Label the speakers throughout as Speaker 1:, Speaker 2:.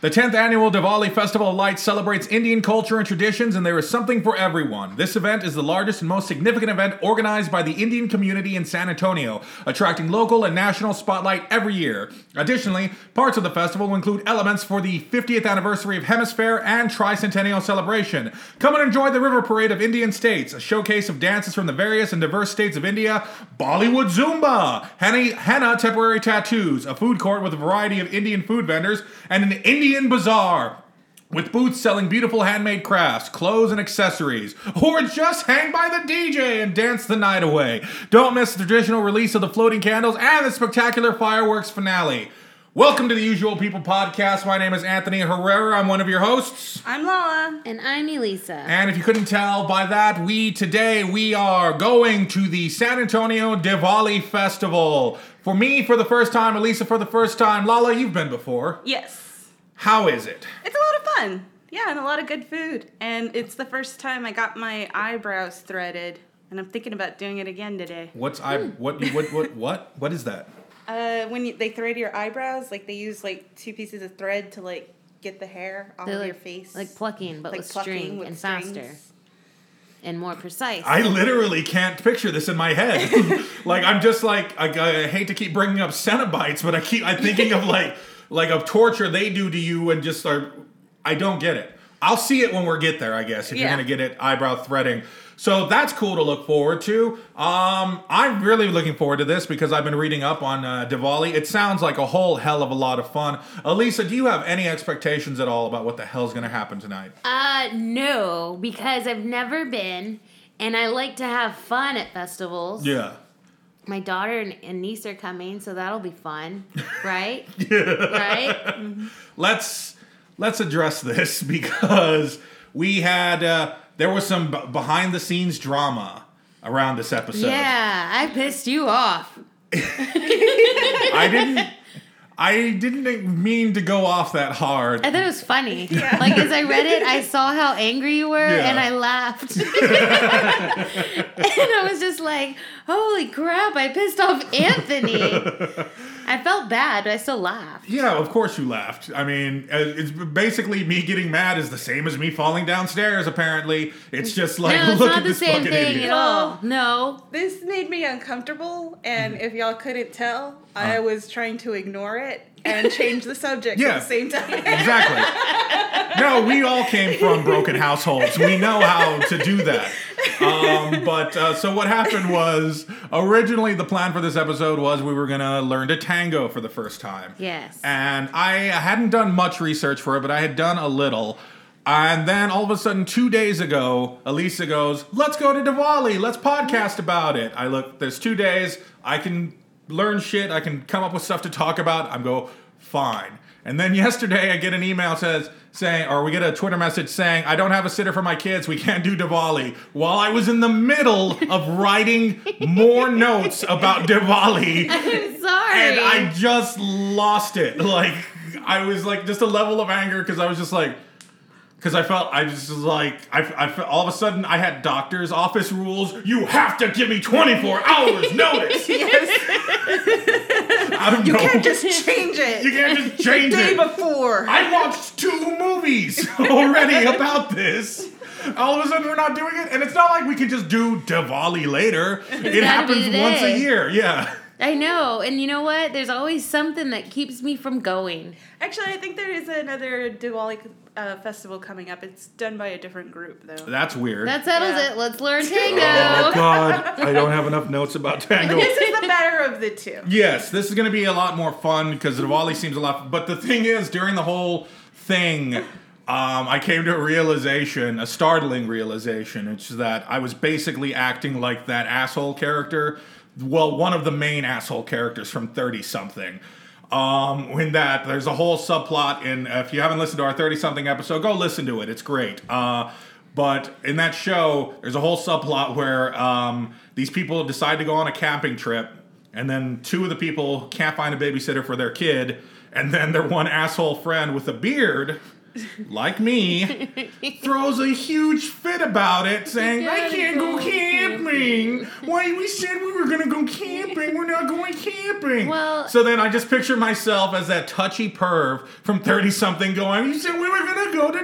Speaker 1: The 10th annual Diwali Festival of Lights celebrates Indian culture and traditions, and there is something for everyone. This event is the largest and most significant event organized by the Indian community in San Antonio, attracting local and national spotlight every year. Additionally, parts of the festival include elements for the 50th anniversary of Hemisphere and Tricentennial celebration. Come and enjoy the River Parade of Indian States, a showcase of dances from the various and diverse states of India, Bollywood Zumba, Henna, henna Temporary Tattoos, a food court with a variety of Indian food vendors, and an Indian Indian Bazaar with booths selling beautiful handmade crafts, clothes, and accessories, or just hang by the DJ and dance the night away. Don't miss the traditional release of the floating candles and the spectacular fireworks finale. Welcome to the Usual People podcast. My name is Anthony Herrera. I'm one of your hosts.
Speaker 2: I'm Lala.
Speaker 3: And I'm Elisa.
Speaker 1: And if you couldn't tell by that, we today we are going to the San Antonio Diwali Festival. For me, for the first time, Elisa, for the first time. Lala, you've been before.
Speaker 2: Yes.
Speaker 1: How is it?
Speaker 2: It's a lot of fun. Yeah, and a lot of good food. And it's the first time I got my eyebrows threaded, and I'm thinking about doing it again today.
Speaker 1: What's I what you- what what what what is that?
Speaker 2: Uh, when you, they thread your eyebrows, like they use like two pieces of thread to like get the hair off
Speaker 3: They're
Speaker 2: of
Speaker 3: like,
Speaker 2: your face,
Speaker 3: like plucking, but
Speaker 2: Like
Speaker 3: with
Speaker 2: plucking
Speaker 3: string
Speaker 2: with
Speaker 3: and faster
Speaker 2: strings.
Speaker 3: and more precise.
Speaker 1: I literally can't picture this in my head. like I'm just like I, I hate to keep bringing up Cenobites, but I keep I'm thinking of like like of torture they do to you and just are I don't get it. I'll see it when we get there, I guess. If you're
Speaker 2: Yeah.
Speaker 1: gonna get it eyebrow threading. So that's cool to look forward to. Um, I'm really looking forward to this because I've been reading up on uh, Diwali. It sounds like a whole hell of a lot of fun. Elisa, do you have any expectations at all about what the hell's going to happen tonight?
Speaker 3: Uh, no, because I've never been, and I like to have fun at festivals.
Speaker 1: yeah.
Speaker 3: My daughter and, and niece are coming, so that'll be fun, right? Right?
Speaker 1: let's let's address this because we had uh, there was some b- behind the scenes drama around this episode.
Speaker 3: Yeah, I pissed you off.
Speaker 1: I didn't I didn't mean to go off that hard.
Speaker 3: I thought it was funny. Like as I read it, I saw how angry you were,
Speaker 1: Yeah.
Speaker 3: and I laughed. and I was just like, "Holy crap! I pissed off Anthony." I felt bad, but I still laughed.
Speaker 1: Yeah, of course you laughed. I mean, uh, it's basically me getting mad is the same as me falling downstairs. Apparently, it's just like
Speaker 3: no, it's
Speaker 1: look
Speaker 3: not
Speaker 1: at
Speaker 3: the
Speaker 1: this
Speaker 3: same
Speaker 1: fucking
Speaker 3: thing
Speaker 1: idiot.
Speaker 3: at all. No,
Speaker 2: This made me uncomfortable, and if y'all couldn't tell,
Speaker 1: Uh-huh.
Speaker 2: I was trying to ignore it and change the subject
Speaker 1: Yeah.
Speaker 2: at the same time.
Speaker 1: Exactly. No, we all came from broken households. We know how to do that. Um, but uh, so what happened was originally the plan for this episode was we were gonna learn to tango for the first time.
Speaker 3: Yes.
Speaker 1: And I hadn't done much research for it, but I had done a little. And then all of a sudden, two days ago, Elisa goes, "Let's go to Diwali. Let's podcast about it." I look. There's two days. I can learn shit. I can come up with stuff to talk about. I'm go fine. And then yesterday, I get an email says saying, or we get a Twitter message saying, "I don't have a sitter for my kids. We can't do Diwali." While I was in the middle of writing more notes about Diwali
Speaker 3: I'm sorry.
Speaker 1: and I just lost it. Like I was like just a level of anger because I was just like because I felt I just was like I, I fe- all of a sudden I had doctor's office rules. You have to give me 24 hours notice. Out of
Speaker 2: You
Speaker 1: nowhere.
Speaker 2: can't just change
Speaker 1: you
Speaker 2: it.
Speaker 1: can't just change
Speaker 2: Day
Speaker 1: it.
Speaker 2: before.
Speaker 1: I watched two movies already about this. All of a sudden, we're not doing it, and it's not like we can just do Diwali later. it
Speaker 3: gotta be
Speaker 1: happens once a
Speaker 3: today.
Speaker 1: year. Yeah.
Speaker 3: I know, and you know what? There's always something that keeps me from going.
Speaker 2: Actually, I think there is another Diwali uh, festival coming up. It's done by a different group, though.
Speaker 1: That's weird.
Speaker 3: That settles
Speaker 2: Yeah.
Speaker 3: it. Let's learn
Speaker 1: Oh
Speaker 3: tango.
Speaker 1: God, I don't have enough notes about tango.
Speaker 2: this is the better of the two.
Speaker 1: yes, this is going to be a lot more fun because Diwali seems a lot. But the thing is, during the whole thing, um, I came to a realization, a startling realization, which is that I was basically acting like that asshole character. Well, one of the main asshole characters from Thirty Something. Um, in that there's a whole subplot, and if you haven't listened to our Thirty Something episode, go listen to it. It's great. Uh, but in that show, there's a whole subplot where um, these people decide to go on a camping trip, and then two of the people can't find a babysitter for their kid, and then their one asshole friend with a beard like me, throws a huge fit about it, saying, I
Speaker 3: gotta
Speaker 1: can't go
Speaker 3: go
Speaker 1: camping. Why we said we were gonna go camping, we're not going camping.
Speaker 3: Well-
Speaker 1: so then I just picture myself as that touchy perv from 30 something going, You said we were gonna go to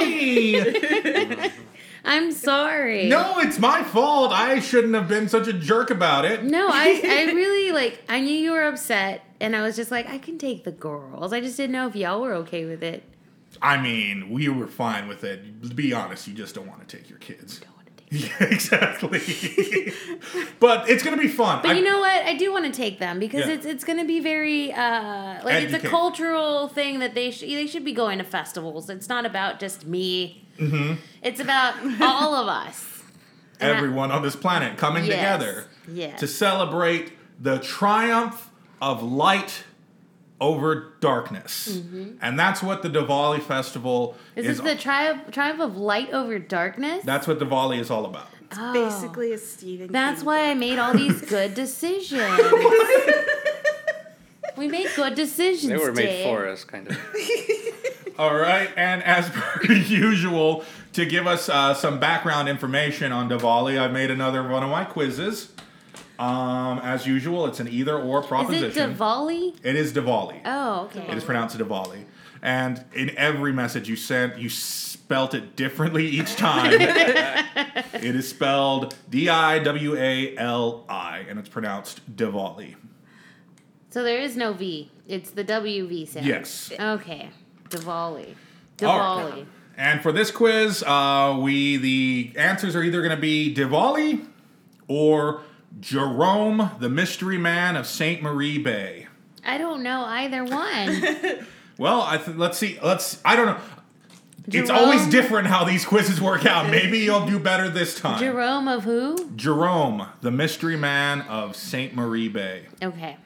Speaker 1: Diwali.
Speaker 3: I'm sorry.
Speaker 1: no, it's my fault. I shouldn't have been such a jerk about it.
Speaker 3: No, I, I really like, I knew you were upset, and I was just like, I can take the girls. I just didn't know if y'all were okay with it.
Speaker 1: I mean, we were fine with it. To be honest, you just don't want to take your kids.
Speaker 3: I wanna take-
Speaker 1: Yeah, exactly. but it's gonna be fun.
Speaker 3: But
Speaker 1: I-
Speaker 3: you know what? I do want to take them because
Speaker 1: Yeah.
Speaker 3: it's it's going to be very uh, like it's a
Speaker 1: Educate.
Speaker 3: cultural thing that they should they should be going to festivals. It's not about just me. Mm-hmm. It's about all of us And I-
Speaker 1: everyone on this planet coming
Speaker 3: Yes,
Speaker 1: together
Speaker 3: yes.
Speaker 1: to celebrate the triumph of light over darkness. And that's what the Diwali festival
Speaker 3: Is
Speaker 1: is.
Speaker 3: Mm-hmm. this the triumph triumph of light over darkness?
Speaker 1: that's what Diwali is all about.
Speaker 3: Oh.
Speaker 2: Basically, a Stephen.
Speaker 3: That's
Speaker 2: King
Speaker 3: why I made all these good decisions. we made good decisions.
Speaker 4: They were made
Speaker 3: Dave.
Speaker 4: for us, kind of.
Speaker 1: All right, and as per usual, to give us uh, some background information on Diwali, I made another one of my quizzes. Um, as usual, it's an either or proposition.
Speaker 3: Is it Diwali?
Speaker 1: it is Diwali.
Speaker 3: Oh, okay.
Speaker 1: It is pronounced Diwali. And in every message you sent, you spelt it differently each time. it is spelled D I W A L I, and it's pronounced Diwali.
Speaker 3: so there is no V. It's the WV sound.
Speaker 1: Yes.
Speaker 3: Okay. Diwali.
Speaker 1: All
Speaker 3: Diwali.
Speaker 1: right. And for this quiz, uh, we the answers are either going to be Diwali or Jerome, the mystery man of Saint Marie Bay.
Speaker 3: I don't know either one.
Speaker 1: Well, I th- let's see. Let's. I don't know. It's always
Speaker 3: Jerome-
Speaker 1: different how these quizzes work out. Maybe you'll do better this time.
Speaker 3: Jerome of who?
Speaker 1: Jerome, the mystery man of St. Marie Bay.
Speaker 3: Okay.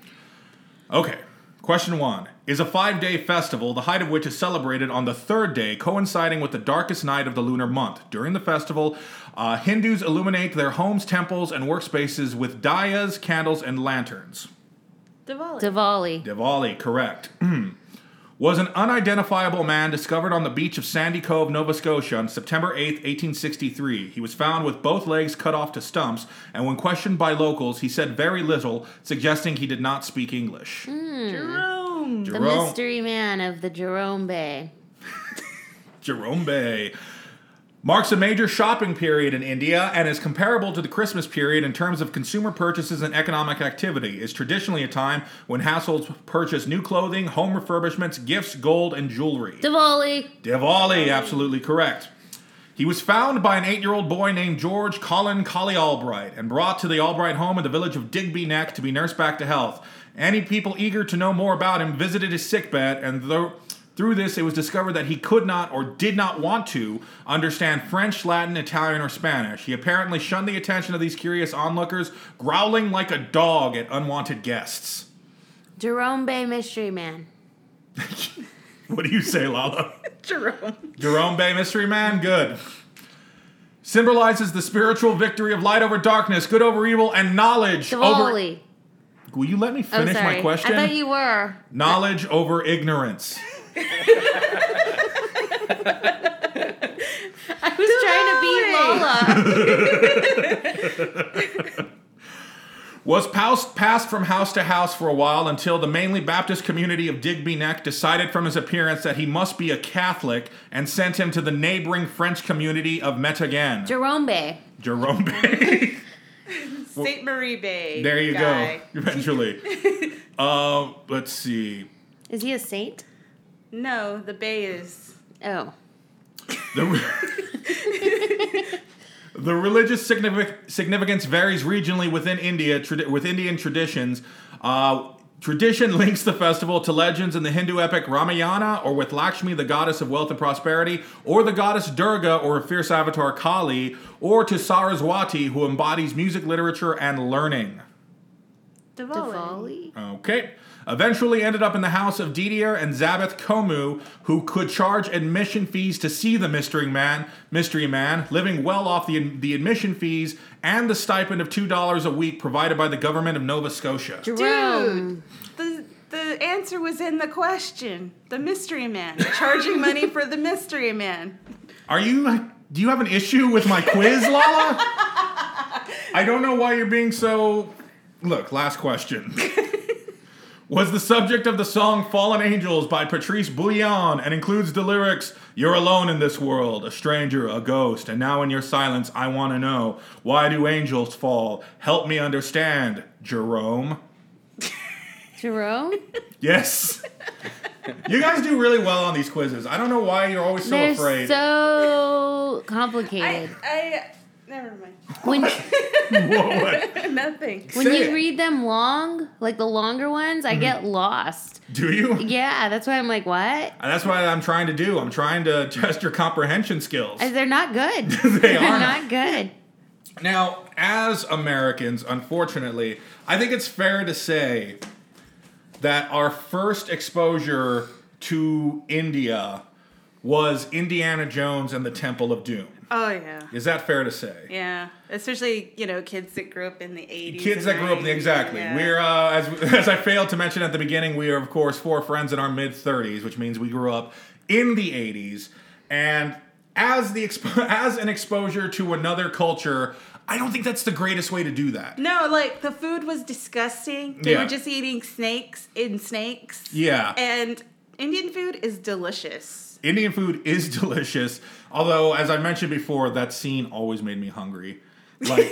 Speaker 1: Okay, question one is a five day festival, the height of which is celebrated on the third day, coinciding with the darkest night of the lunar month. During the festival, uh, Hindus illuminate their homes, temples, and workspaces with dayas, candles, and lanterns.
Speaker 2: Diwali.
Speaker 3: Diwali.
Speaker 1: Diwali, correct. Was an unidentifiable man discovered on the beach of Sandy Cove, Nova Scotia on September 8, 1863. He was found with both legs cut off to stumps, and when questioned by locals, he said very little, suggesting he did not speak English.
Speaker 2: Jerome.
Speaker 3: The
Speaker 1: Jerome,
Speaker 3: mystery man of the Jerome Bay.
Speaker 1: Jerome Bay. Marks a major shopping period in India and is comparable to the Christmas period in terms of consumer purchases and economic activity. Is traditionally a time when households purchase new clothing, home refurbishments, gifts, gold, and jewelry.
Speaker 3: Diwali.
Speaker 1: Diwali, absolutely correct. He was found by an eight year old boy named George Colin Collie Albright and brought to the Albright home in the village of Digby Neck to be nursed back to health. Any people eager to know more about him visited his sickbed, and though through this, it was discovered that he could not or did not want to understand French, Latin, Italian, or Spanish. He apparently shunned the attention of these curious onlookers, growling like a dog at unwanted guests.
Speaker 3: Jerome Bay mystery man.
Speaker 1: What do you say, Lala?
Speaker 2: Jerome.
Speaker 1: Jerome Bay Mystery Man, good. Symbolizes the spiritual victory of light over darkness, good over evil, and knowledge over.
Speaker 3: Diwali.
Speaker 1: Will you let me
Speaker 3: Oh,
Speaker 1: finish
Speaker 3: sorry.
Speaker 1: my question?
Speaker 3: I thought you were.
Speaker 1: knowledge over ignorance.
Speaker 3: I was trying to beat Lola.
Speaker 1: Was poused, passed from house to house for a while until the mainly Baptist community of Digby Neck decided from his appearance that he must be a Catholic and sent him to the neighboring French community of Metagan.
Speaker 3: Jerome Bay.
Speaker 1: Jerome Bay.
Speaker 2: Saint Marie Bay.
Speaker 1: there you
Speaker 2: guy.
Speaker 1: go. Eventually. uh, let's see.
Speaker 3: Is he a saint?
Speaker 2: No, the Bay is.
Speaker 3: Oh.
Speaker 1: The, the religious signific- significance varies regionally within India, tradi- with Indian traditions. Uh, tradition links the festival to legends in the Hindu epic Ramayana, or with Lakshmi, the goddess of wealth and prosperity, or the goddess Durga, or a fierce avatar Kali, or to Saraswati, who embodies music, literature, and learning.
Speaker 2: Diwali.
Speaker 3: Diwali.
Speaker 1: Okay. Eventually ended up in the house of Didier and Zabeth Komu, who could charge admission fees to see the mystery man, mystery man, living well off the the admission fees and the stipend of two dollars a week provided by the government of Nova Scotia.
Speaker 3: Jerome.
Speaker 2: Dude, the the the answer was in the question. The mystery man. Charging money for the mystery man.
Speaker 1: Are you? Do you have an issue with my quiz, Lala? I don't know why you're being so. Look, last question. Was the subject of the song Fallen Angels by Patrice Bouillon and includes the lyrics You're alone in this world, a stranger, a ghost, and now in your silence I want to know why do angels fall? Help me understand, Jerome.
Speaker 3: Jerome?
Speaker 1: Yes. you guys do really well on these quizzes. I don't know why you're always so
Speaker 3: They're
Speaker 1: afraid.
Speaker 3: so
Speaker 2: I,
Speaker 3: complicated.
Speaker 2: I never mind.
Speaker 3: when
Speaker 1: Whoa, what?
Speaker 2: Nothing.
Speaker 3: when
Speaker 1: Say
Speaker 3: you
Speaker 1: it.
Speaker 3: read them long, like the longer ones,
Speaker 1: Mm-hmm.
Speaker 3: I get lost.
Speaker 1: Do you?
Speaker 3: Yeah, that's why I'm like, what?
Speaker 1: And that's what I'm trying to do. I'm trying to test your comprehension skills.
Speaker 3: I- They're not good.
Speaker 1: They
Speaker 3: are
Speaker 1: are
Speaker 3: not good.
Speaker 1: Now, as Americans, unfortunately, I think it's fair to say that our first exposure to India was Indiana Jones and the Temple of Doom.
Speaker 2: Oh yeah.
Speaker 1: Is that fair to say?
Speaker 2: Yeah. Especially, you know, kids that grew up in the 80s.
Speaker 1: Kids
Speaker 2: and
Speaker 1: that grew up
Speaker 2: 90s.
Speaker 1: exactly.
Speaker 2: Yeah.
Speaker 1: We're uh, as as I failed to mention at the beginning, we are of course four friends in our mid 30s, which means we grew up in the 80s. And as the expo- as an exposure to another culture, I don't think that's the greatest way to do that.
Speaker 2: No, like the food was disgusting. They
Speaker 1: Yeah.
Speaker 2: were just eating snakes in snakes.
Speaker 1: Yeah.
Speaker 2: And Indian food is delicious.
Speaker 1: Indian food is delicious, although as I mentioned before, that scene always made me hungry. Like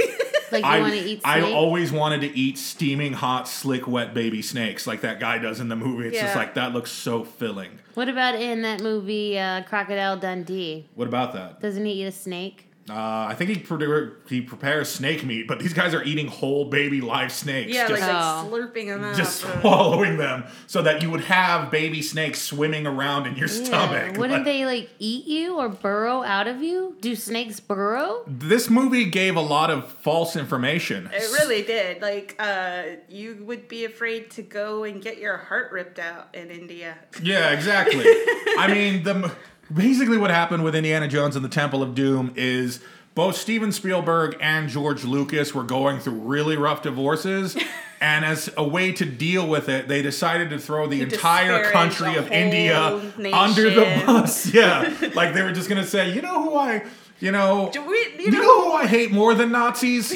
Speaker 3: Like you want to eat
Speaker 1: I, I
Speaker 3: snake?
Speaker 1: always wanted to eat steaming hot, slick, wet baby snakes like that guy does in the movie. It's just
Speaker 2: Yeah.
Speaker 1: like that looks so filling.
Speaker 3: What about in that movie uh, Crocodile Dundee?
Speaker 1: What about that?
Speaker 3: Doesn't he eat a snake?
Speaker 1: Uh, I think he pre- he prepares snake meat, but these guys are eating whole baby live snakes,
Speaker 2: Yeah,
Speaker 1: just,
Speaker 2: like, like
Speaker 3: Oh.
Speaker 2: slurping them up. Uh,
Speaker 1: just swallowing them, so that you would have baby snakes swimming around in your
Speaker 3: Yeah.
Speaker 1: stomach.
Speaker 3: Wouldn't
Speaker 1: Like,
Speaker 3: they like eat you or burrow out of you? Do snakes burrow?
Speaker 1: This movie gave a lot of false information.
Speaker 2: It really did. Like, uh, you would be afraid to go and get your heart ripped out in India.
Speaker 1: Yeah, exactly. I mean, the basically what happened with Indiana Jones and the Temple of Doom is both Steven Spielberg and George Lucas were going through really rough divorces. And as a way to deal with it, they decided to throw the entire
Speaker 2: disparage
Speaker 1: country
Speaker 2: a
Speaker 1: of India
Speaker 2: whole
Speaker 1: under the
Speaker 2: nation.
Speaker 1: bus. Yeah. like they were just going to say, you know who I, you know,
Speaker 2: Do we,
Speaker 1: you
Speaker 2: you know,
Speaker 1: know who I hate more than Nazis?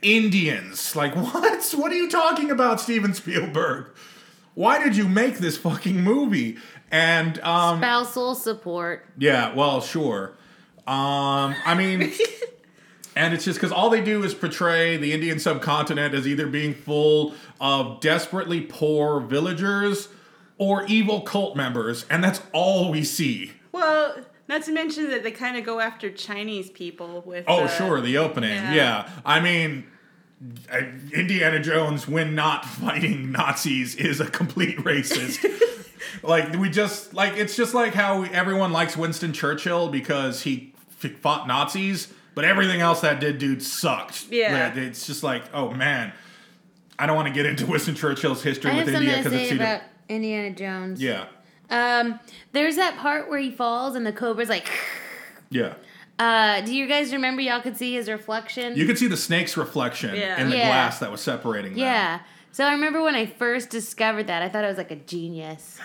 Speaker 1: Indians. Like, what? What are you talking about, Steven Spielberg? Why did you make this fucking movie? And, um,
Speaker 3: Spousal support.
Speaker 1: yeah, well, sure. Um, I mean, and it's just because all they do is portray the Indian subcontinent as either being full of desperately poor villagers or evil cult members, and that's all we see.
Speaker 2: well, not to mention that they kind of go after Chinese people with.
Speaker 1: Oh,
Speaker 2: uh,
Speaker 1: sure, the opening. Yeah.
Speaker 2: yeah.
Speaker 1: I mean, I- Indiana Jones, when not fighting Nazis, is a complete racist. like, we just, like, it's just like how we, everyone likes Winston Churchill because he f- fought Nazis, but everything else that did, dude, sucked.
Speaker 2: Yeah.
Speaker 1: Like, it's just like, oh, man. I don't want to get into Winston Churchill's history
Speaker 3: I have
Speaker 1: with
Speaker 3: something
Speaker 1: India
Speaker 3: to
Speaker 1: because it's
Speaker 3: say
Speaker 1: too.
Speaker 3: about Indiana Jones.
Speaker 1: yeah.
Speaker 3: Um, there's that part where he falls and the cobra's like.
Speaker 1: Yeah.
Speaker 3: Uh, do you guys remember? Y'all could see his reflection.
Speaker 1: You could see the snake's reflection
Speaker 2: Yeah.
Speaker 1: in the
Speaker 3: Yeah.
Speaker 1: glass that was separating them.
Speaker 3: yeah. So I remember when I first discovered that, I thought I was like a genius.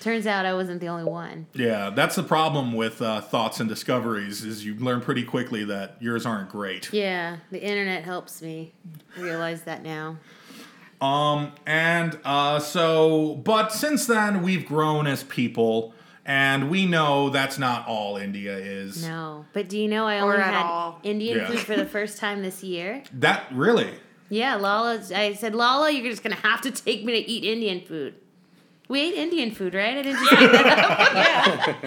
Speaker 3: Turns out I wasn't the only one.
Speaker 1: Yeah, that's the problem with uh, thoughts and discoveries is you learn pretty quickly that yours aren't great.
Speaker 3: Yeah, the internet helps me realize that now.
Speaker 1: Um, and uh, so, but since then we've grown as people, and we know that's not all India is.
Speaker 3: No, but do you know I
Speaker 2: Or
Speaker 3: only
Speaker 2: at
Speaker 3: had
Speaker 2: all.
Speaker 3: Indian
Speaker 1: Yeah.
Speaker 3: food for the first time this year?
Speaker 1: That really,
Speaker 3: Yeah, Lala. I said, Lala, you're just gonna have to take me to eat Indian food. We ate Indian food, right? I didn't just make that up.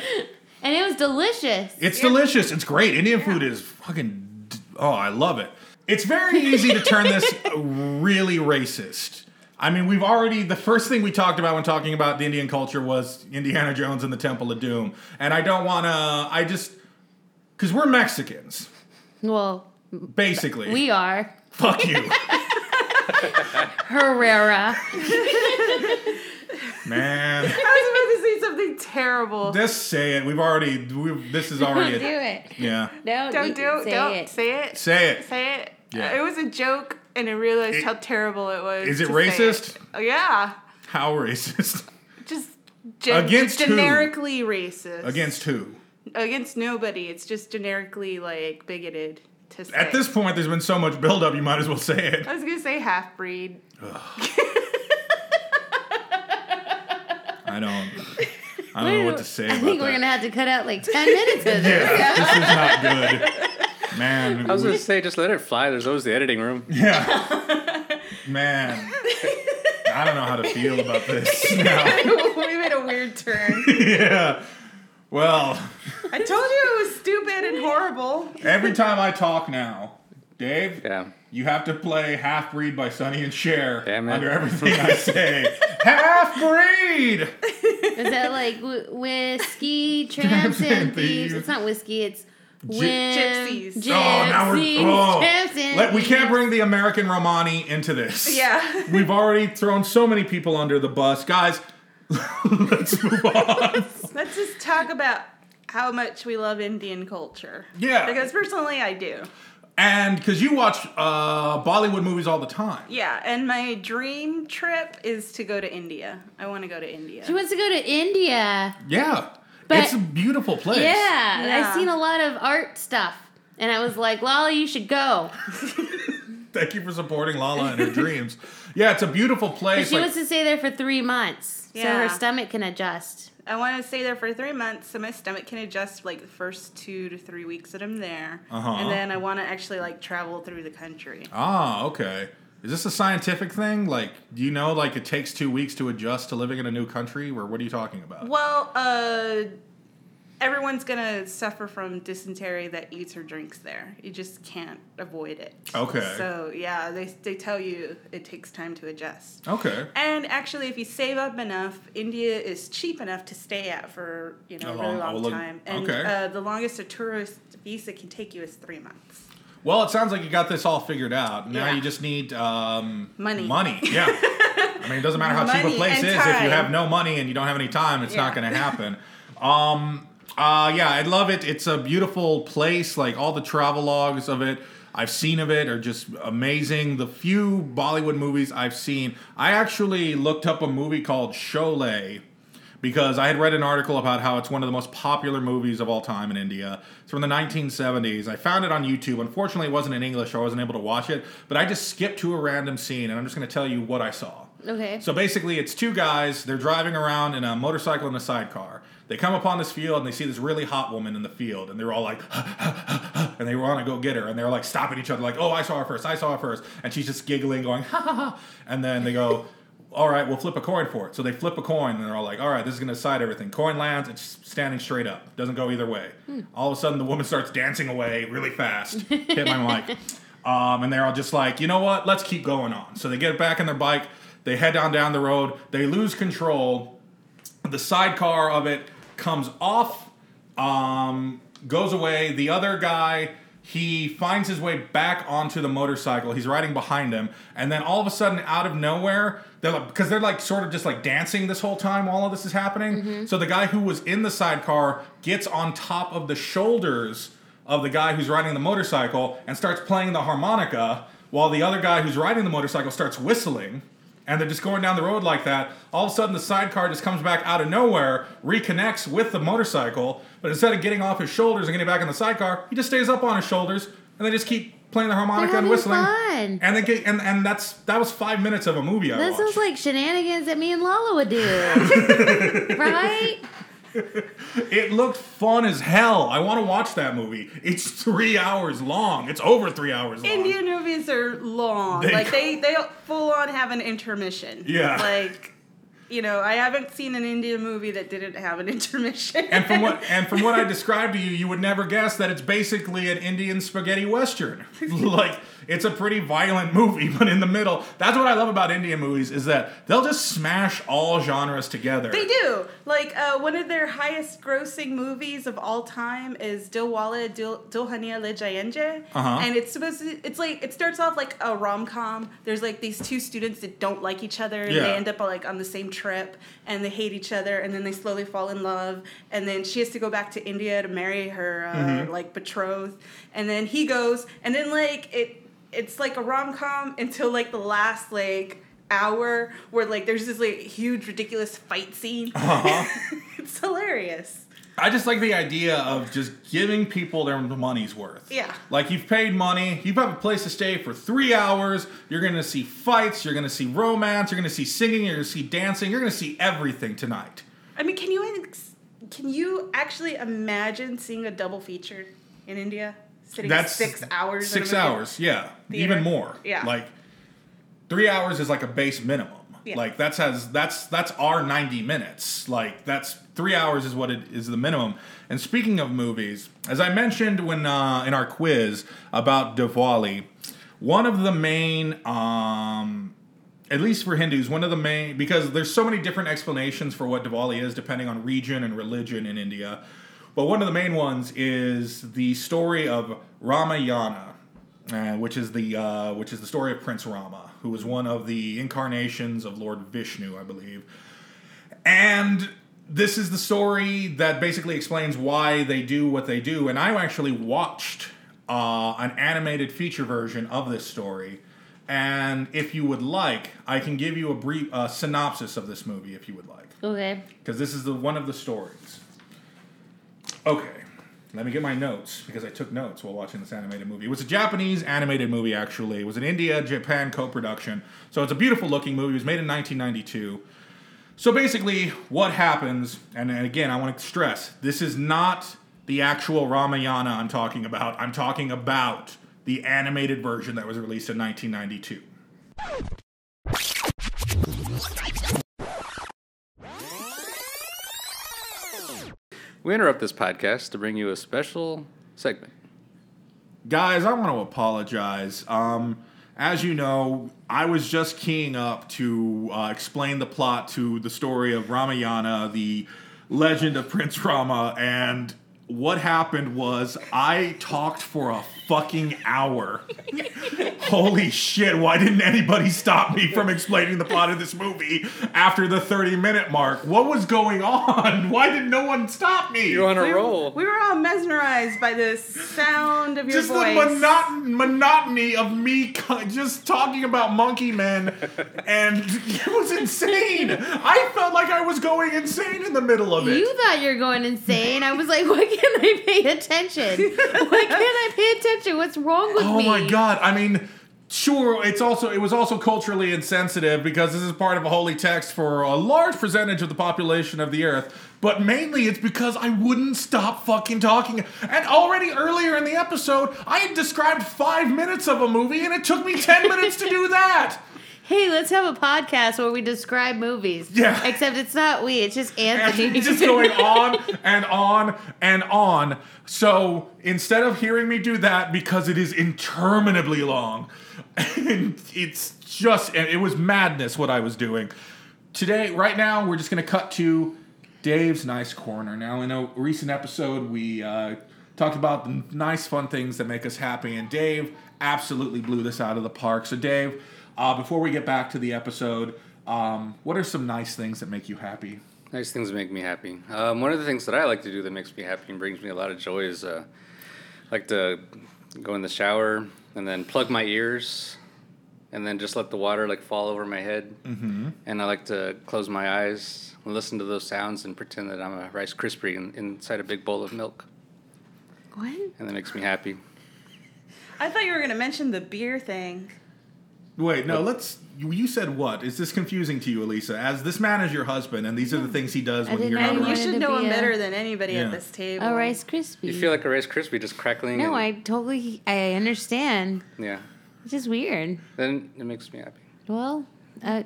Speaker 3: And it was delicious.
Speaker 1: it's delicious. It's great. Indian food is fucking. d- Oh, I love it. It's very easy to turn this really racist. I mean, we've already the first thing we talked about when talking about the Indian culture was Indiana Jones and the Temple of Doom, and I don't want to. I just Because we're Mexicans,
Speaker 3: Well,
Speaker 1: basically.
Speaker 3: we are
Speaker 1: Fuck you.
Speaker 3: Herrera.
Speaker 1: Man.
Speaker 2: I was about to say something terrible.
Speaker 1: Just say it. We've already, we've, this is
Speaker 3: Don't
Speaker 1: already.
Speaker 3: do it.
Speaker 1: Yeah.
Speaker 3: No,
Speaker 2: don't do it.
Speaker 3: Say
Speaker 2: don't
Speaker 3: it.
Speaker 2: say it.
Speaker 1: Say it.
Speaker 2: Say it.
Speaker 1: Yeah.
Speaker 2: It was a joke. and I realized
Speaker 1: It-
Speaker 2: how terrible it was.
Speaker 1: is it
Speaker 2: to say
Speaker 1: racist?
Speaker 2: Oh, yeah,
Speaker 1: How racist?
Speaker 2: just gen-
Speaker 1: Against who?
Speaker 2: generically racist.
Speaker 1: Against who?
Speaker 2: against nobody. It's just generically like bigoted to say.
Speaker 1: At this point, there's been so much buildup, you might as well say it.
Speaker 2: I was gonna say half breed.
Speaker 1: I don't. I don't know what to say.
Speaker 3: I
Speaker 1: about
Speaker 3: think we're
Speaker 1: that.
Speaker 3: gonna have to cut out like ten minutes of this.
Speaker 1: Yeah, this is not good, man.
Speaker 4: I was
Speaker 1: we-
Speaker 4: gonna say, just let it fly. There's always the editing room.
Speaker 1: yeah, man. I don't know how to feel about this. now.
Speaker 2: we made a weird turn.
Speaker 1: yeah. Well,
Speaker 2: I told you it was stupid and horrible.
Speaker 1: every time I talk now, Dave,
Speaker 4: Yeah.
Speaker 1: you have to play Half Breed by Sonny and Cher
Speaker 4: Damn it.
Speaker 1: under everything I say. Half Breed.
Speaker 3: Is that like w- whiskey, tramps, and thieves? It's not whiskey. It's whim,
Speaker 2: Gypsies.
Speaker 3: gypsies,
Speaker 1: Oh, now we're oh.
Speaker 3: tramps, and
Speaker 1: Let- we can't
Speaker 3: thieves.
Speaker 1: bring the American Romani into this.
Speaker 2: Yeah.
Speaker 1: We've already thrown so many people under the bus, guys. let's move on.
Speaker 2: Let's just talk about how much we love Indian culture.
Speaker 1: Yeah.
Speaker 2: Because personally, I do.
Speaker 1: And because you watch uh, Bollywood movies all the time.
Speaker 2: Yeah, and my dream trip is to go to India. I want to go to India.
Speaker 3: She wants to go to India.
Speaker 1: Yeah.
Speaker 3: But-
Speaker 1: it's a beautiful place.
Speaker 3: Yeah,
Speaker 2: Yeah.
Speaker 3: I've seen a lot of art stuff, and I was like, "Lala, you should go."
Speaker 1: Thank you for supporting Lala and her dreams. Yeah, it's a beautiful
Speaker 3: But
Speaker 1: place.
Speaker 3: she
Speaker 1: like-
Speaker 3: wants to stay there for three months, so
Speaker 2: Yeah.
Speaker 3: her stomach can adjust.
Speaker 2: I want to stay there for three months so my stomach can adjust like the first two to three weeks that I'm there.
Speaker 1: Uh-huh.
Speaker 2: And then I want to actually like travel through the country.
Speaker 1: ah, okay. Is this a scientific thing? Like, do you know, like, it takes two weeks to adjust to living in a new country? Or what are you talking about?
Speaker 2: Well, uh, everyone's going to suffer from dysentery that eats or drinks there. You just can't avoid it.
Speaker 1: Okay.
Speaker 2: So, yeah, they, they tell you it takes time to adjust.
Speaker 1: Okay.
Speaker 2: And actually, if you save up enough, India is cheap enough to stay at for you know
Speaker 1: A
Speaker 2: a
Speaker 1: long-
Speaker 2: really long,
Speaker 1: a long-
Speaker 2: time. And
Speaker 1: okay.
Speaker 2: uh, the longest a tourist visa can take you is three months.
Speaker 1: Well, it sounds like you got this all figured out. Now
Speaker 2: Yeah.
Speaker 1: you just need um,
Speaker 2: Money.
Speaker 1: Money, yeah. I mean, it doesn't matter how cheap a
Speaker 2: Money
Speaker 1: place
Speaker 2: and
Speaker 1: is. If you
Speaker 2: time.
Speaker 1: have no money and you don't have any time, it's not
Speaker 2: Yeah.
Speaker 1: going to happen. um, uh, yeah, I love it. It's a beautiful place. Like all the travel logs of it I've seen of it are just amazing. The few Bollywood movies I've seen, I actually looked up a movie called Sholay because I had read an article about how it's one of the most popular movies of all time in India. It's from the 1970s. I found it on YouTube. Unfortunately, it wasn't in English, so I wasn't able to watch it, but I just skipped to a random scene and I'm just going to tell you what I saw.
Speaker 3: Okay.
Speaker 1: So basically, it's two guys. They're driving around in a motorcycle and a sidecar. They come upon this field and they see this really hot woman in the field, and they're all like, and they want to go get her, and they're like stopping each other, like, "Oh, I saw her first. I saw her first. and she's just giggling, going, "Ha ha ha," and then they go. All right, we'll flip a coin for it. So they flip a coin, and they're all like, "All right, this is gonna decide everything." Coin lands; it's standing straight up, doesn't go either way. All of a sudden, the woman starts dancing away really fast. Hit my mic. Um, and they're all just like, you know what? Let's keep going on. So they get back on their bike. They head on down the road. They lose control. The sidecar of it comes off, um, goes away. The other guy, he finds his way back onto the motorcycle. He's riding behind him. And then all of a sudden, out of nowhere, they're like, because they're like sort of just like dancing this whole time while all this is happening. So the guy who was in the sidecar gets on top of the shoulders of the guy who's riding the motorcycle and starts playing the harmonica while the other guy who's riding the motorcycle starts whistling and they're just going down the road like that all of a sudden the sidecar just comes back out of nowhere reconnects with the motorcycle but instead of getting off his shoulders and getting back on the sidecar he just stays up on his shoulders and they just keep playing the harmonica and
Speaker 3: having
Speaker 1: whistling
Speaker 3: fun.
Speaker 1: and they get and, and that's that was five minutes of a movie i
Speaker 3: That
Speaker 1: watched
Speaker 3: sounds like shenanigans that me and Lala would do, right?
Speaker 1: It looked fun as hell. I want to watch that movie. It's three hours long. It's over three hours long.
Speaker 2: Indian movies are long.
Speaker 1: They-
Speaker 2: like they they full on have an intermission.
Speaker 1: Yeah.
Speaker 2: Like you know, I haven't seen an Indian movie that didn't have an intermission.
Speaker 1: And from what and from what I described to you, you would never guess that it's basically an Indian spaghetti western. like it's a pretty violent movie, but in the middle, that's what I love about Indian movies is that they'll just smash all genres together.
Speaker 2: they do. Like uh, one of their highest grossing movies of all time is Dilwale Dil- Dulhania Le Jayenje.
Speaker 1: Uh-huh.
Speaker 2: And it's supposed to it's like it starts off like a rom-com. There's like these two students that don't like each other and
Speaker 1: Yeah.
Speaker 2: they end up like on the same trip and they hate each other and then they slowly fall in love and then she has to go back to
Speaker 1: Mm-hmm.
Speaker 2: India to marry her uh, like betrothed and then he goes and then like it it's like a rom com until like the last like hour where like there's this like huge ridiculous fight scene.
Speaker 1: Uh-huh.
Speaker 2: it's hilarious.
Speaker 1: I just like the idea of just giving people their money's worth.
Speaker 2: Yeah.
Speaker 1: Like you've paid money, you have a place to stay for three hours. You're gonna see fights. You're gonna see romance. You're gonna see singing. You're gonna see dancing. You're gonna see everything tonight.
Speaker 2: I mean, can you ex- can you actually imagine seeing a double feature in India? Sitting six hours. in a
Speaker 1: Six
Speaker 2: movie?
Speaker 1: hours. Yeah.
Speaker 2: Theater.
Speaker 1: Even more.
Speaker 2: Yeah.
Speaker 1: Like three hours is like a base minimum.
Speaker 2: Yeah.
Speaker 1: Like that's has that's that's our ninety minutes. Like that's three hours is what it is the minimum. And speaking of movies, as I mentioned when uh, in our quiz about Diwali, one of the main um, at least for Hindus, one of the main because there's so many different explanations for what Diwali is depending on region and religion in India. But one of the main ones is the story of Ramayana, uh, which is the uh, which is the story of Prince Rama, who was one of the incarnations of Lord Vishnu, I believe. And this is the story that basically explains why they do what they do. And I actually watched uh, an animated feature version of this story. And if you would like, I can give you a brief uh, synopsis of this movie if you would like,
Speaker 3: Okay.
Speaker 1: because this is the one of the stories. Okay, let me get my notes because I took notes while watching this animated movie. It was a Japanese animated movie, actually. It was an India Japan co production. So it's a beautiful looking movie. It was made in 1992. So basically, what happens, and again, I want to stress this is not the actual Ramayana I'm talking about. I'm talking about the animated version that was released in 1992.
Speaker 4: We interrupt this podcast to bring you a special segment.
Speaker 1: Guys, I want to apologize. Um, as you know, I was just keying up to uh, explain the plot to the story of Ramayana, the legend of Prince Rama, and what happened was I talked for a fucking hour. Holy shit, why didn't anybody stop me from explaining the plot of this movie after the 30 minute mark? What was going on? Why did no one stop me?
Speaker 4: You're on a
Speaker 2: We were-
Speaker 4: roll.
Speaker 2: We were all mesmerized by the sound of your
Speaker 1: just
Speaker 2: voice.
Speaker 1: the monot- monotony of me co- just talking about monkey men and it was insane i felt like i was going insane in the middle of it
Speaker 3: You thought you were going insane. I was like, why can't I pay attention? Why can't I pay attention? What's wrong with
Speaker 1: oh
Speaker 3: me?
Speaker 1: my god i mean sure it's also it was also culturally insensitive because this is part of a holy text for a large percentage of the population of the earth but mainly it's because i wouldn't stop fucking talking and already earlier in the episode i had described five minutes of a movie and it took me ten minutes to do that
Speaker 3: Hey, let's have a podcast where we describe movies.
Speaker 1: Yeah.
Speaker 3: Except it's not we, it's just
Speaker 1: and
Speaker 3: Anthony.
Speaker 1: it's just going on and on and on. So instead of hearing me do that, because it is interminably long, and it's just, and it was madness what I was doing. Today, right now, we're just going to cut to Dave's nice corner. Now, in a recent episode, we uh, talked about the nice, fun things that make us happy, and Dave absolutely blew this out of the park. So, Dave, uh, before we get back to the episode, um, what are some nice things that make you happy?
Speaker 4: Nice things make me happy. Um, one of the things that I like to do that makes me happy and brings me a lot of joy is uh, I like to go in the shower and then plug my ears and then just let the water like fall over my head. Mm-hmm. And I like to close my eyes, listen to those sounds, and pretend that I'm a Rice Krispie in, inside a big bowl of milk.
Speaker 3: what?
Speaker 4: And that makes me happy.
Speaker 2: I thought you were gonna mention the beer thing.
Speaker 1: Wait, no, let's. You you said what? Is this confusing to you, Elisa? As this man is your husband, and these are the things he does
Speaker 3: I
Speaker 1: when
Speaker 3: didn't
Speaker 1: you're
Speaker 3: know
Speaker 1: not
Speaker 3: you
Speaker 2: You
Speaker 3: wanted Oh,
Speaker 1: around.
Speaker 3: to
Speaker 2: should know
Speaker 3: be
Speaker 2: him
Speaker 3: a-
Speaker 2: better than anybody
Speaker 1: Yeah.
Speaker 2: at this table.
Speaker 3: A Rice Krispie.
Speaker 4: You feel like a Rice Krispie just crackling.
Speaker 3: No, I
Speaker 4: and-
Speaker 3: totally I understand.
Speaker 4: Yeah.
Speaker 3: It's just weird.
Speaker 4: Then it makes me happy.
Speaker 3: Well, uh,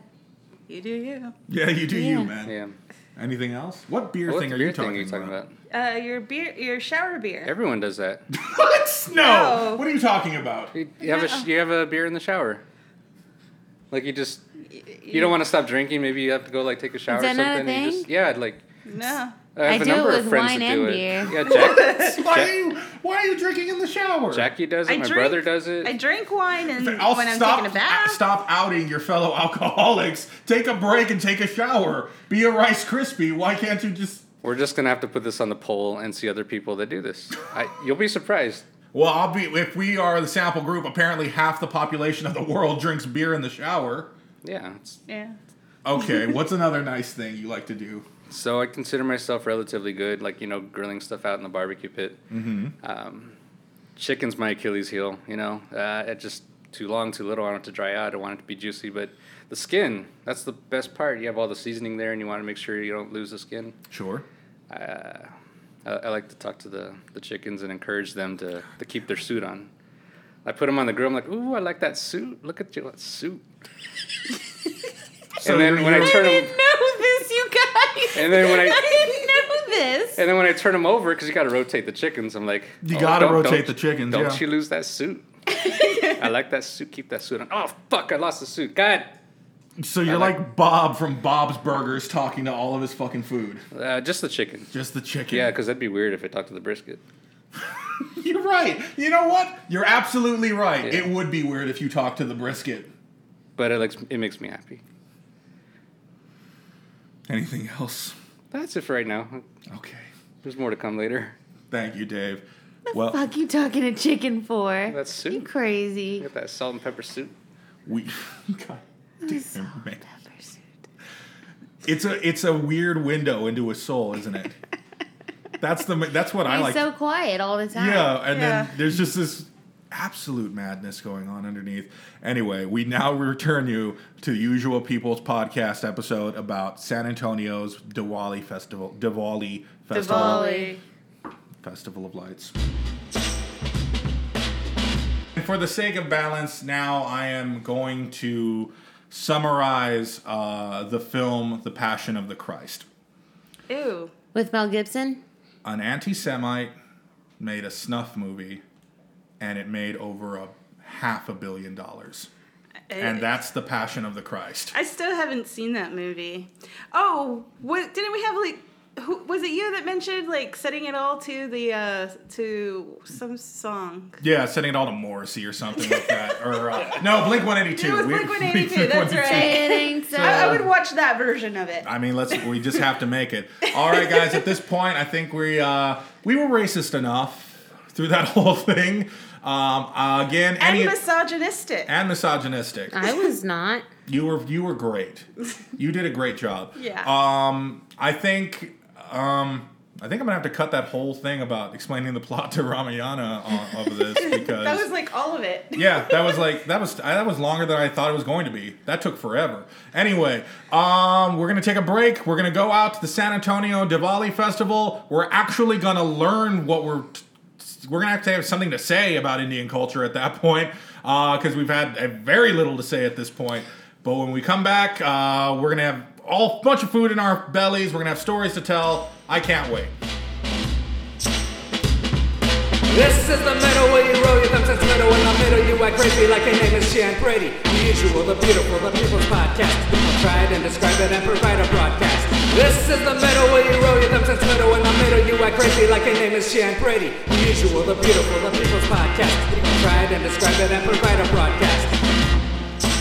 Speaker 2: You do you.
Speaker 1: Yeah, you do
Speaker 3: Yeah.
Speaker 1: you, man.
Speaker 4: Yeah.
Speaker 1: Anything else? What beer
Speaker 4: What
Speaker 1: thing are
Speaker 4: beer
Speaker 1: you talking,
Speaker 4: are you talking about?
Speaker 2: Uh, your beer, your shower beer.
Speaker 4: Everyone does that.
Speaker 1: What? No.
Speaker 2: No.
Speaker 1: What are you talking about?
Speaker 4: You, you have a sh- you have a beer in the shower. Like you just you don't want to stop drinking. Maybe you have to go like take a shower
Speaker 3: that
Speaker 4: or
Speaker 3: not a
Speaker 4: something. and you
Speaker 3: thing?
Speaker 4: just, yeah, I'd like
Speaker 2: no.
Speaker 4: I have
Speaker 3: I
Speaker 4: a
Speaker 3: do it
Speaker 4: number
Speaker 3: with
Speaker 4: of friends
Speaker 3: wine
Speaker 4: that
Speaker 3: and
Speaker 4: do
Speaker 3: beer.
Speaker 4: it. Yeah, Jack,
Speaker 1: Why are you? Why are you drinking in the shower?
Speaker 4: Jackie does it.
Speaker 2: I
Speaker 4: my
Speaker 2: drink-
Speaker 4: brother does it.
Speaker 2: I drink wine and
Speaker 1: I'll
Speaker 2: when I'm
Speaker 1: stop,
Speaker 2: taking a bath.
Speaker 1: Stop outing your fellow alcoholics. Take a break and take a shower. Be a Rice Krispie. Why can't you just?
Speaker 4: We're just gonna have to put this on the poll and see other people that do this. I, you'll be surprised.
Speaker 1: Well, I'll be if we are the sample group. Apparently, half the population of the world drinks beer in the shower.
Speaker 4: Yeah. It's,
Speaker 2: Yeah.
Speaker 1: Okay, what's another nice thing you like to do?
Speaker 4: so I consider myself relatively good, like, you know, grilling stuff out in the barbecue pit. Mm-hmm. Um, chicken's my Achilles heel, you know. Uh, it just too long, too little. I want it to dry out. I want it to be juicy. But the skin, that's the best part. You have all the seasoning there and you want to make sure you don't lose the skin.
Speaker 1: Sure.
Speaker 4: uh, I, I like to talk to the, the chickens and encourage them to, to keep their suit on. I put them on the grill. I'm like, ooh, I like that suit. Look at you, that suit.
Speaker 1: So
Speaker 4: and then
Speaker 1: you're-
Speaker 4: when I
Speaker 1: you're-
Speaker 3: I
Speaker 4: turn
Speaker 3: didn't
Speaker 4: them,
Speaker 3: know this, you guys.
Speaker 4: And then when I-
Speaker 3: I didn't know this.
Speaker 4: and then when I turn 'em over, because you got to rotate the chickens. I'm like, "Oh,
Speaker 1: You gotta
Speaker 4: don't-
Speaker 1: rotate
Speaker 4: don't-
Speaker 1: the chickens,
Speaker 4: Don't
Speaker 1: yeah.
Speaker 4: you lose that suit? I like that suit. Keep that suit on. Oh fuck, I lost the suit. God.
Speaker 1: So you're
Speaker 4: I like-
Speaker 1: like Bob from Bob's Burgers talking to all of his fucking food.
Speaker 4: Uh, just the chicken.
Speaker 1: Just the chicken.
Speaker 4: Yeah, because that'd be weird if I talked to the brisket.
Speaker 1: You're right. You know what? You're absolutely right.
Speaker 4: Yeah.
Speaker 1: It would be weird if you talked to the brisket.
Speaker 4: But it likes, it makes me happy.
Speaker 1: Anything else?
Speaker 4: That's it for right now.
Speaker 1: Okay.
Speaker 4: There's more to come later.
Speaker 1: Thank you, Dave. Well,
Speaker 3: fuck you talking to chicken for?
Speaker 4: That
Speaker 3: you
Speaker 4: suit.
Speaker 3: crazy.
Speaker 4: Look at that salt and pepper soup.
Speaker 1: we. God damn, man.
Speaker 3: Pepper suit.
Speaker 1: It's a it's a weird window into a soul, isn't it? That's the that's what I
Speaker 3: He's
Speaker 1: like.
Speaker 3: so quiet all the time.
Speaker 1: yeah, and
Speaker 2: Yeah.
Speaker 1: then there's just this absolute madness going on underneath. Anyway, we now return you to the usual people's podcast episode about San Antonio's Diwali festival, Diwali festival,
Speaker 3: Diwali.
Speaker 1: festival of lights. And for the sake of balance, now I am going to summarize uh, the film *The Passion of the Christ*.
Speaker 2: Ew.
Speaker 3: With Mel Gibson?
Speaker 1: an anti-Semite made a snuff movie, and it made over a half a billion dollars. And that's the Passion of the Christ.
Speaker 2: I still haven't seen that movie. Oh, what didn't we have like? Who, was it you that mentioned like setting it all to the uh to some song?
Speaker 1: Yeah, sending it all to Morrissey or something like that. Or uh, no, Blink One Eighty Two.
Speaker 2: It was Blink-182, that's right.
Speaker 3: It ain't so.
Speaker 2: I, I would watch that version of it.
Speaker 1: Uh, I mean, let's. We just have to make it. All right, guys. At this point, I think we uh, we were racist enough through that whole thing. Um, uh, again, any
Speaker 2: and misogynistic.
Speaker 1: and misogynistic.
Speaker 3: I was not.
Speaker 1: You were you were great. You did a great job.
Speaker 2: Yeah.
Speaker 1: Um, I think um, I think I'm gonna have to cut that whole thing about explaining the plot to Ramayana on, of this because
Speaker 2: that was like all of it.
Speaker 1: yeah, that was like that was I- that was longer than I thought it was going to be. That took forever. Anyway, um, we're gonna take a break. We're gonna go out to the San Antonio Diwali Festival. We're actually gonna learn what we're we're gonna have to have something to say about Indian culture at that point because we've had uh, very little to say at this point. But when we come back, uh, we're gonna have all bunch of food in our bellies. We're gonna have stories to tell. I can't wait.
Speaker 5: This is the meadow where you roll your thumbs and middle in the middle. You act crazy like your name is Shan Brady. The usual, the beautiful, the people's podcast. The most tried and describe it and provide a broadcast. This is the meadow where you roll your thumbs and middle in the middle. You act crazy like your name is Shan Brady. The usual, the beautiful, the people's podcast. The most tried and describe it and provide a broadcast.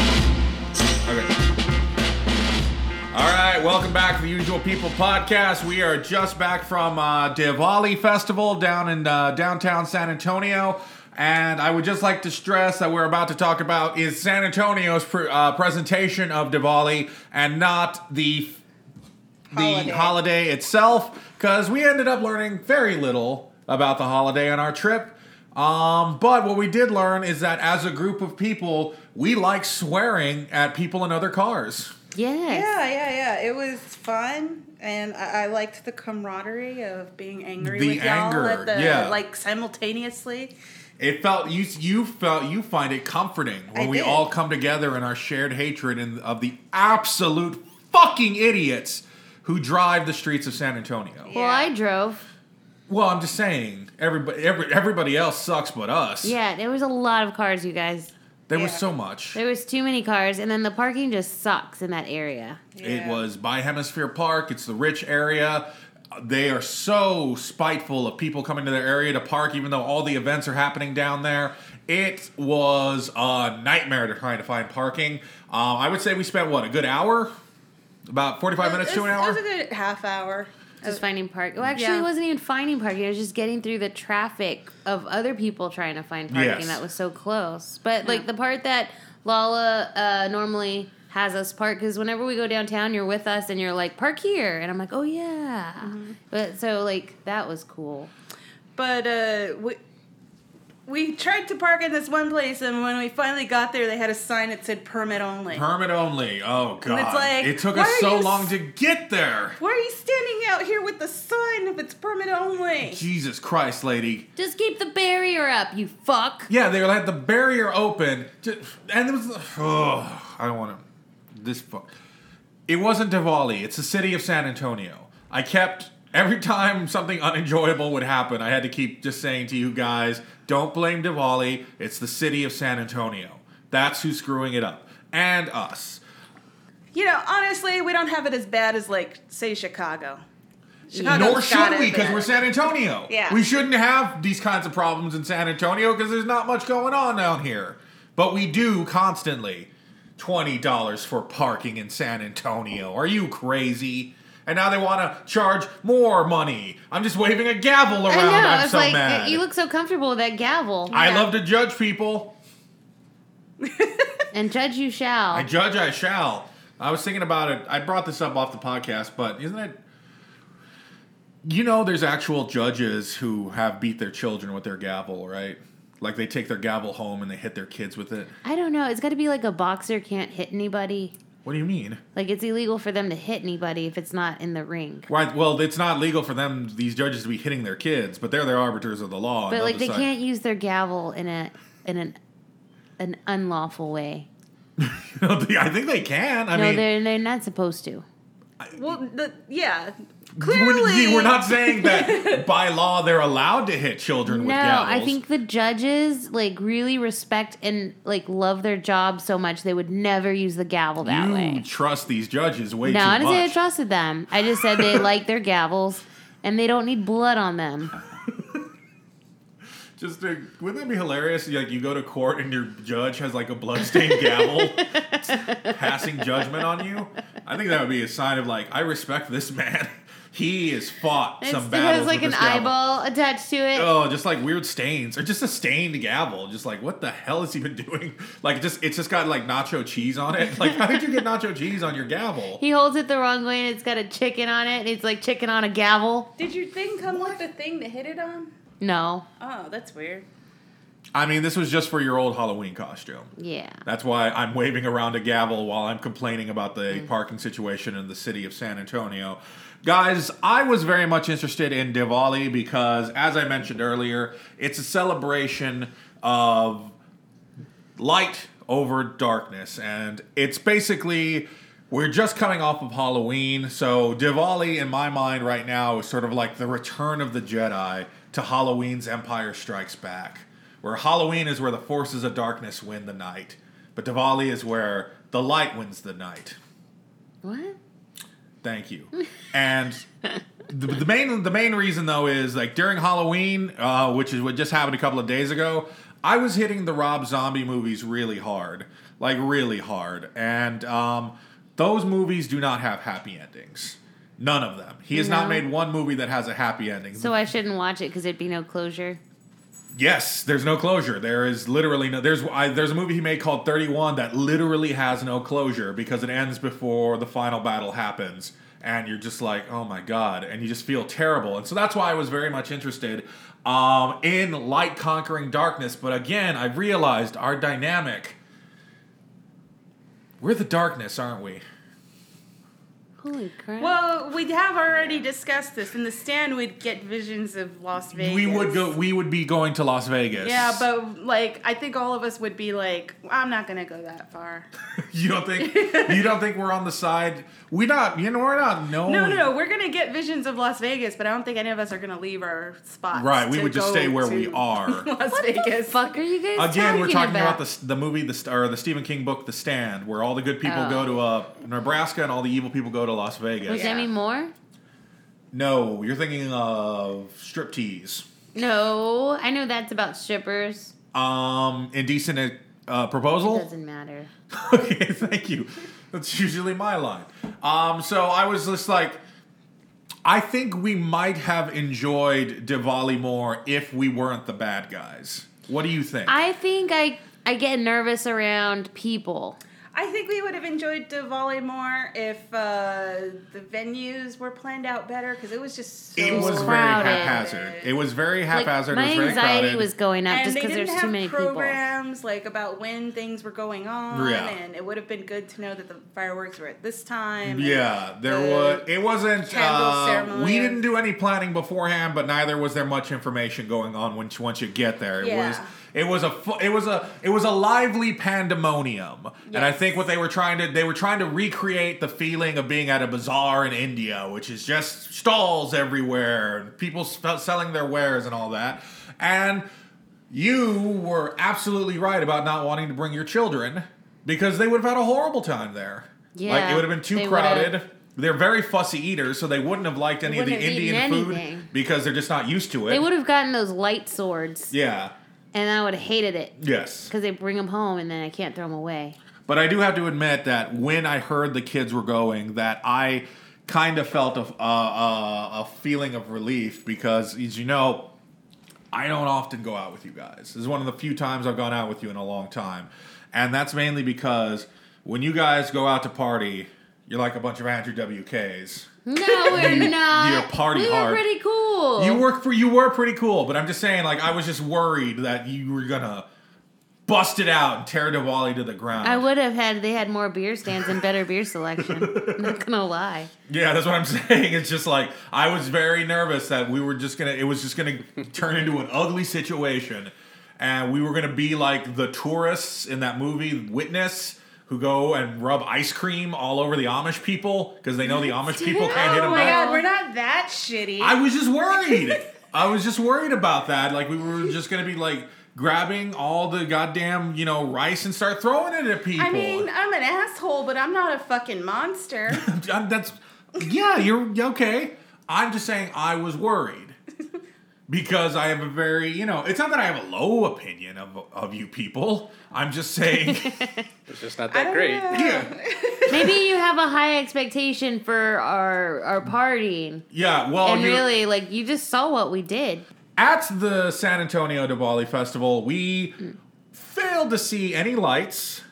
Speaker 1: Okay. All right, welcome back to the Usual People podcast. We are just back from uh, Diwali Festival down in uh, downtown San Antonio. And I would just like to stress that we're about to talk about is San Antonio's pr uh, presentation of Diwali and not the the holiday,
Speaker 2: Holiday.
Speaker 1: itself because we ended up learning very little about the holiday on our trip. Um, but what we did learn is that as a group of people, we like swearing at people in other cars.
Speaker 3: Yes.
Speaker 2: Yeah, yeah, yeah. It was fun, and I, I liked the camaraderie of being angry
Speaker 1: The
Speaker 2: with y'all
Speaker 1: anger,
Speaker 2: at the
Speaker 1: yeah.
Speaker 2: like simultaneously.
Speaker 1: It felt you you felt you find it comforting when
Speaker 2: I
Speaker 1: we
Speaker 2: did.
Speaker 1: all come together in our shared hatred and of the absolute fucking idiots who drive the streets of San Antonio.
Speaker 3: Well, I drove.
Speaker 1: Well, I'm just saying everybody every, everybody else sucks but us.
Speaker 3: Yeah, there was a lot of cars, you guys.
Speaker 1: There was
Speaker 2: Yeah.
Speaker 1: so much.
Speaker 3: There was too many cars, and then the parking just sucks in that area.
Speaker 1: It
Speaker 2: Yeah.
Speaker 1: was by Hemisphere Park. It's the rich area. They are so spiteful of people coming to their area to park, even though all the events are happening down there. It was a nightmare to try to find parking. Um, I would say we spent what a good hour, about forty-five minutes
Speaker 2: It
Speaker 1: to an
Speaker 2: was- It was
Speaker 1: hour.
Speaker 2: a good half hour.
Speaker 3: Just finding park. Well, actually,
Speaker 2: Yeah.
Speaker 3: it wasn't even finding parking. I was just getting through the traffic of other people trying to find parking
Speaker 1: Yes.
Speaker 3: that was so close. But like the part that Lala uh, normally has us park because whenever we go downtown, you're with us and you're like park here, and I'm like, oh yeah. But so like that was cool.
Speaker 2: But uh, we we tried to park at this one place, and when we finally got there, they had a sign that said permit only.
Speaker 1: Permit only. Oh god.
Speaker 2: like,
Speaker 1: it took
Speaker 2: why
Speaker 1: us
Speaker 2: are
Speaker 1: so
Speaker 2: you
Speaker 1: long
Speaker 2: s-
Speaker 1: to get there.
Speaker 2: Why are you standing out here with the sun if it's permit only?
Speaker 1: Jesus Christ, lady.
Speaker 3: Just keep the barrier up, you fuck.
Speaker 1: Yeah, they had the barrier open, ju- and it was. Oh, I don't want to. This fu- It wasn't Diwali. It's the city of San Antonio. I kept every time something unenjoyable would happen. I had to keep just saying to you guys, don't blame Diwali. It's the city of San Antonio. That's who's screwing it up, and us.
Speaker 2: You know, honestly, we don't have it as bad as like say Chicago. Chicago's
Speaker 1: Nor
Speaker 2: got
Speaker 1: should
Speaker 2: it
Speaker 1: we, because
Speaker 2: bad.
Speaker 1: we're San Antonio.
Speaker 2: Yeah.
Speaker 1: We shouldn't have these kinds of problems in San Antonio because there's not much going on down here. But we do constantly. $20 for parking in San Antonio. Are you crazy? And now they want to charge more money. I'm just waving a gavel around.
Speaker 3: I know.
Speaker 1: I'm
Speaker 3: it's
Speaker 1: so
Speaker 3: like
Speaker 1: mad.
Speaker 3: you look so comfortable with that gavel.
Speaker 1: I
Speaker 3: Yeah.
Speaker 1: love to judge people.
Speaker 3: and judge you shall.
Speaker 1: I judge, I shall. I was thinking about it. I brought this up off the podcast, but isn't it? You know, there's actual judges who have beat their children with their gavel, right? Like they take their gavel home and they hit their kids with it.
Speaker 3: I don't know. It's got to be like a boxer can't hit anybody.
Speaker 1: What do you mean?
Speaker 3: Like it's illegal for them to hit anybody if it's not in the ring.
Speaker 1: Right. Well, it's not legal for them, these judges, to be hitting their kids, but they're the arbiters of the law. and
Speaker 3: But
Speaker 1: they'll
Speaker 3: like they
Speaker 1: decide-
Speaker 3: can't use their gavel in a in an an unlawful way.
Speaker 1: I think they can. I
Speaker 3: no,
Speaker 1: mean,
Speaker 3: they're they're not supposed to.
Speaker 2: Well, the, yeah,
Speaker 1: we're-
Speaker 2: clearly
Speaker 1: we're not saying that by law they're allowed to hit children with
Speaker 3: No,
Speaker 1: gavels.
Speaker 3: I think the judges like really respect and like love their job so much they would never use the gavel that
Speaker 1: you
Speaker 3: way.
Speaker 1: trust these judges way
Speaker 3: No,
Speaker 1: too
Speaker 3: I didn't say I
Speaker 1: much.
Speaker 3: trusted them. I just said they like their gavels and they don't need blood on them.
Speaker 1: Just to, wouldn't it be hilarious? Like you go to court and your judge has like a bloodstained gavel passing judgment on you. I think that would be a sign of like I respect this man. He has fought
Speaker 3: It's,
Speaker 1: some
Speaker 3: it
Speaker 1: battles
Speaker 3: has like
Speaker 1: with
Speaker 3: an
Speaker 1: this gavel.
Speaker 3: eyeball attached to it.
Speaker 1: Oh, just like weird stains, or just a stained gavel. Just like what the hell has he been doing? Like just it's just got like nacho cheese on it. Like how did you get nacho cheese on your gavel?
Speaker 3: He holds it the wrong way and it's got a chicken on it and it's like chicken on a gavel.
Speaker 2: Did your thing come with the thing to hit it on?
Speaker 3: No.
Speaker 2: Oh, that's weird.
Speaker 1: I mean, this was just for your old Halloween costume.
Speaker 3: Yeah.
Speaker 1: That's why I'm waving around a gavel while I'm complaining about the parking situation in the city of San Antonio. Guys, I was very much interested in Diwali because, as I mentioned earlier, it's a celebration of light over darkness. And it's basically, we're just coming off of Halloween. So, Diwali, in my mind right now, is sort of like the return of the Jedi to Halloween's Empire Strikes Back, where Halloween is where the forces of darkness win the night. But Diwali is where the light wins the night.
Speaker 3: What?
Speaker 1: Thank you. And the, the main the main reason though is like during Halloween, uh, which is what just happened a couple of days ago, I was hitting the Rob Zombie movies really hard, like really hard, and um, those movies do not have happy endings. None of them. He has not
Speaker 3: No.
Speaker 1: made one movie that has a happy ending.
Speaker 3: So I shouldn't watch it because there'd be no closure.
Speaker 1: Yes, there's no closure. There is literally no. There's I, there's a movie he made called 31 that literally has no closure because it ends before the final battle happens, and you're just like, oh my god, and you just feel terrible. And so that's why I was very much interested um, in light conquering darkness. But again, I realized our dynamic. We're the darkness, aren't we?
Speaker 3: Holy crap.
Speaker 2: Well, we have already discussed this. In the stand, we'd get visions of Las Vegas.
Speaker 1: We would go. We would be going to Las Vegas.
Speaker 2: Yeah, but like I think all of us would be like, I'm not gonna go that far.
Speaker 1: you don't think you don't think we're on the side. We not. You know, we're not. knowing.
Speaker 2: No, no, no, we're gonna get visions of Las Vegas, but I don't think any of us are gonna leave our spots.
Speaker 1: Right, we
Speaker 2: to
Speaker 1: would just
Speaker 2: go
Speaker 1: stay where
Speaker 2: to
Speaker 1: we are.
Speaker 2: Las Vegas.
Speaker 3: fuck are you guys
Speaker 1: Again, we're talking about,
Speaker 3: this.
Speaker 1: the, the movie, the st- or the Stephen King book, The Stand, where all the good people
Speaker 3: Oh.
Speaker 1: go to uh, Nebraska and all the evil people go to Las Vegas.
Speaker 3: Was Demi Moore?
Speaker 1: No, you're thinking of striptease.
Speaker 3: No. I know that's about strippers.
Speaker 1: Um, indecent uh,
Speaker 3: It
Speaker 1: proposal.
Speaker 3: doesn't matter.
Speaker 1: okay, thank you. That's usually my line. Um, so I was just like, I think we might have enjoyed Diwali more if we weren't the bad guys. What do you think?
Speaker 3: I think I I get nervous around people.
Speaker 2: I think we would have enjoyed Diwali more if uh, the venues were planned out better because it was just so
Speaker 1: it was very
Speaker 3: crowded.
Speaker 1: haphazard. It was very
Speaker 3: Like,
Speaker 1: haphazard.
Speaker 3: my
Speaker 1: it was very
Speaker 3: anxiety
Speaker 1: crowded.
Speaker 3: was going up
Speaker 2: and
Speaker 3: just
Speaker 2: they
Speaker 3: because
Speaker 2: didn't
Speaker 3: there's
Speaker 2: have
Speaker 3: too many
Speaker 2: programs like about when things were going on,
Speaker 1: Yeah.
Speaker 2: and it would have been good to know that the fireworks were at this time. and
Speaker 1: Yeah, there
Speaker 2: the-
Speaker 1: was. It wasn't.
Speaker 2: candle
Speaker 1: Uh, we
Speaker 2: ceremony.
Speaker 1: didn't do any planning beforehand, but neither was there much information going on when once you get there. It
Speaker 2: Yeah.
Speaker 1: was. It was a. fu- It was a. It was a lively pandemonium, and I
Speaker 2: Yes.
Speaker 1: think what they were trying to they were trying to recreate the feeling of being at a bazaar in India, which is just stalls everywhere and people sp- selling their wares and all that, and. You were absolutely right about not wanting to bring your children because they would have had a horrible time there. Like it
Speaker 3: Yeah,
Speaker 1: would have been too
Speaker 3: they
Speaker 1: crowded.
Speaker 3: would've.
Speaker 1: They're very fussy eaters, so they wouldn't have liked any of the
Speaker 3: Wouldn't have
Speaker 1: Indian
Speaker 3: eaten
Speaker 1: food
Speaker 3: anything.
Speaker 1: because they're just not used to it.
Speaker 3: They would have gotten those light swords,
Speaker 1: Yeah.
Speaker 3: and I would have hated it
Speaker 1: Yes.
Speaker 3: because they bring them home and then I can't throw them away.
Speaker 1: But I do have to admit that when I heard the kids were going, that I kind of felt a, a, a, a feeling of relief because, as you know, I don't often go out with you guys. This is one of the few times I've gone out with you in a long time. And that's mainly because when you guys go out to party, you're like a bunch of Andrew WKs.
Speaker 3: No, we're not.
Speaker 1: you're party
Speaker 3: we were
Speaker 1: hard.
Speaker 3: pretty cool.
Speaker 1: You work for you were pretty cool, but I'm just saying, like, I was just worried that you were gonna bust it out and tear Diwali to the ground.
Speaker 3: I would have had they had more beer stands and better beer selection. I'm not gonna lie.
Speaker 1: Yeah, that's what I'm saying. It's just like I was very nervous that we were just gonna. It was just gonna turn into an ugly situation, and we were gonna be like the tourists in that movie Witness. Who go and rub ice cream all over the Amish people because they know the Amish people can't hit
Speaker 2: Oh
Speaker 1: them
Speaker 2: my
Speaker 1: back.
Speaker 2: god, we're not that shitty.
Speaker 1: I was just worried. I was just worried about that. Like we were just gonna be like grabbing all the goddamn you know rice and start throwing it at people.
Speaker 2: I mean, I'm an asshole, but I'm not a fucking monster.
Speaker 1: I'm- that's yeah. You're okay. I'm just saying I was worried because I have a very you know. It's not that I have a low opinion of of you people. I'm just saying.
Speaker 4: It's just not
Speaker 2: I
Speaker 4: that
Speaker 2: don't
Speaker 4: great.
Speaker 2: know.
Speaker 1: yeah.
Speaker 3: Maybe you have a high expectation for our our partying,
Speaker 1: Yeah. Well,
Speaker 3: and
Speaker 1: Oh, you-
Speaker 3: really, like you just saw what we did.
Speaker 1: at the San Antonio Diwali Festival, we
Speaker 3: Hmm.
Speaker 1: failed to see any lights.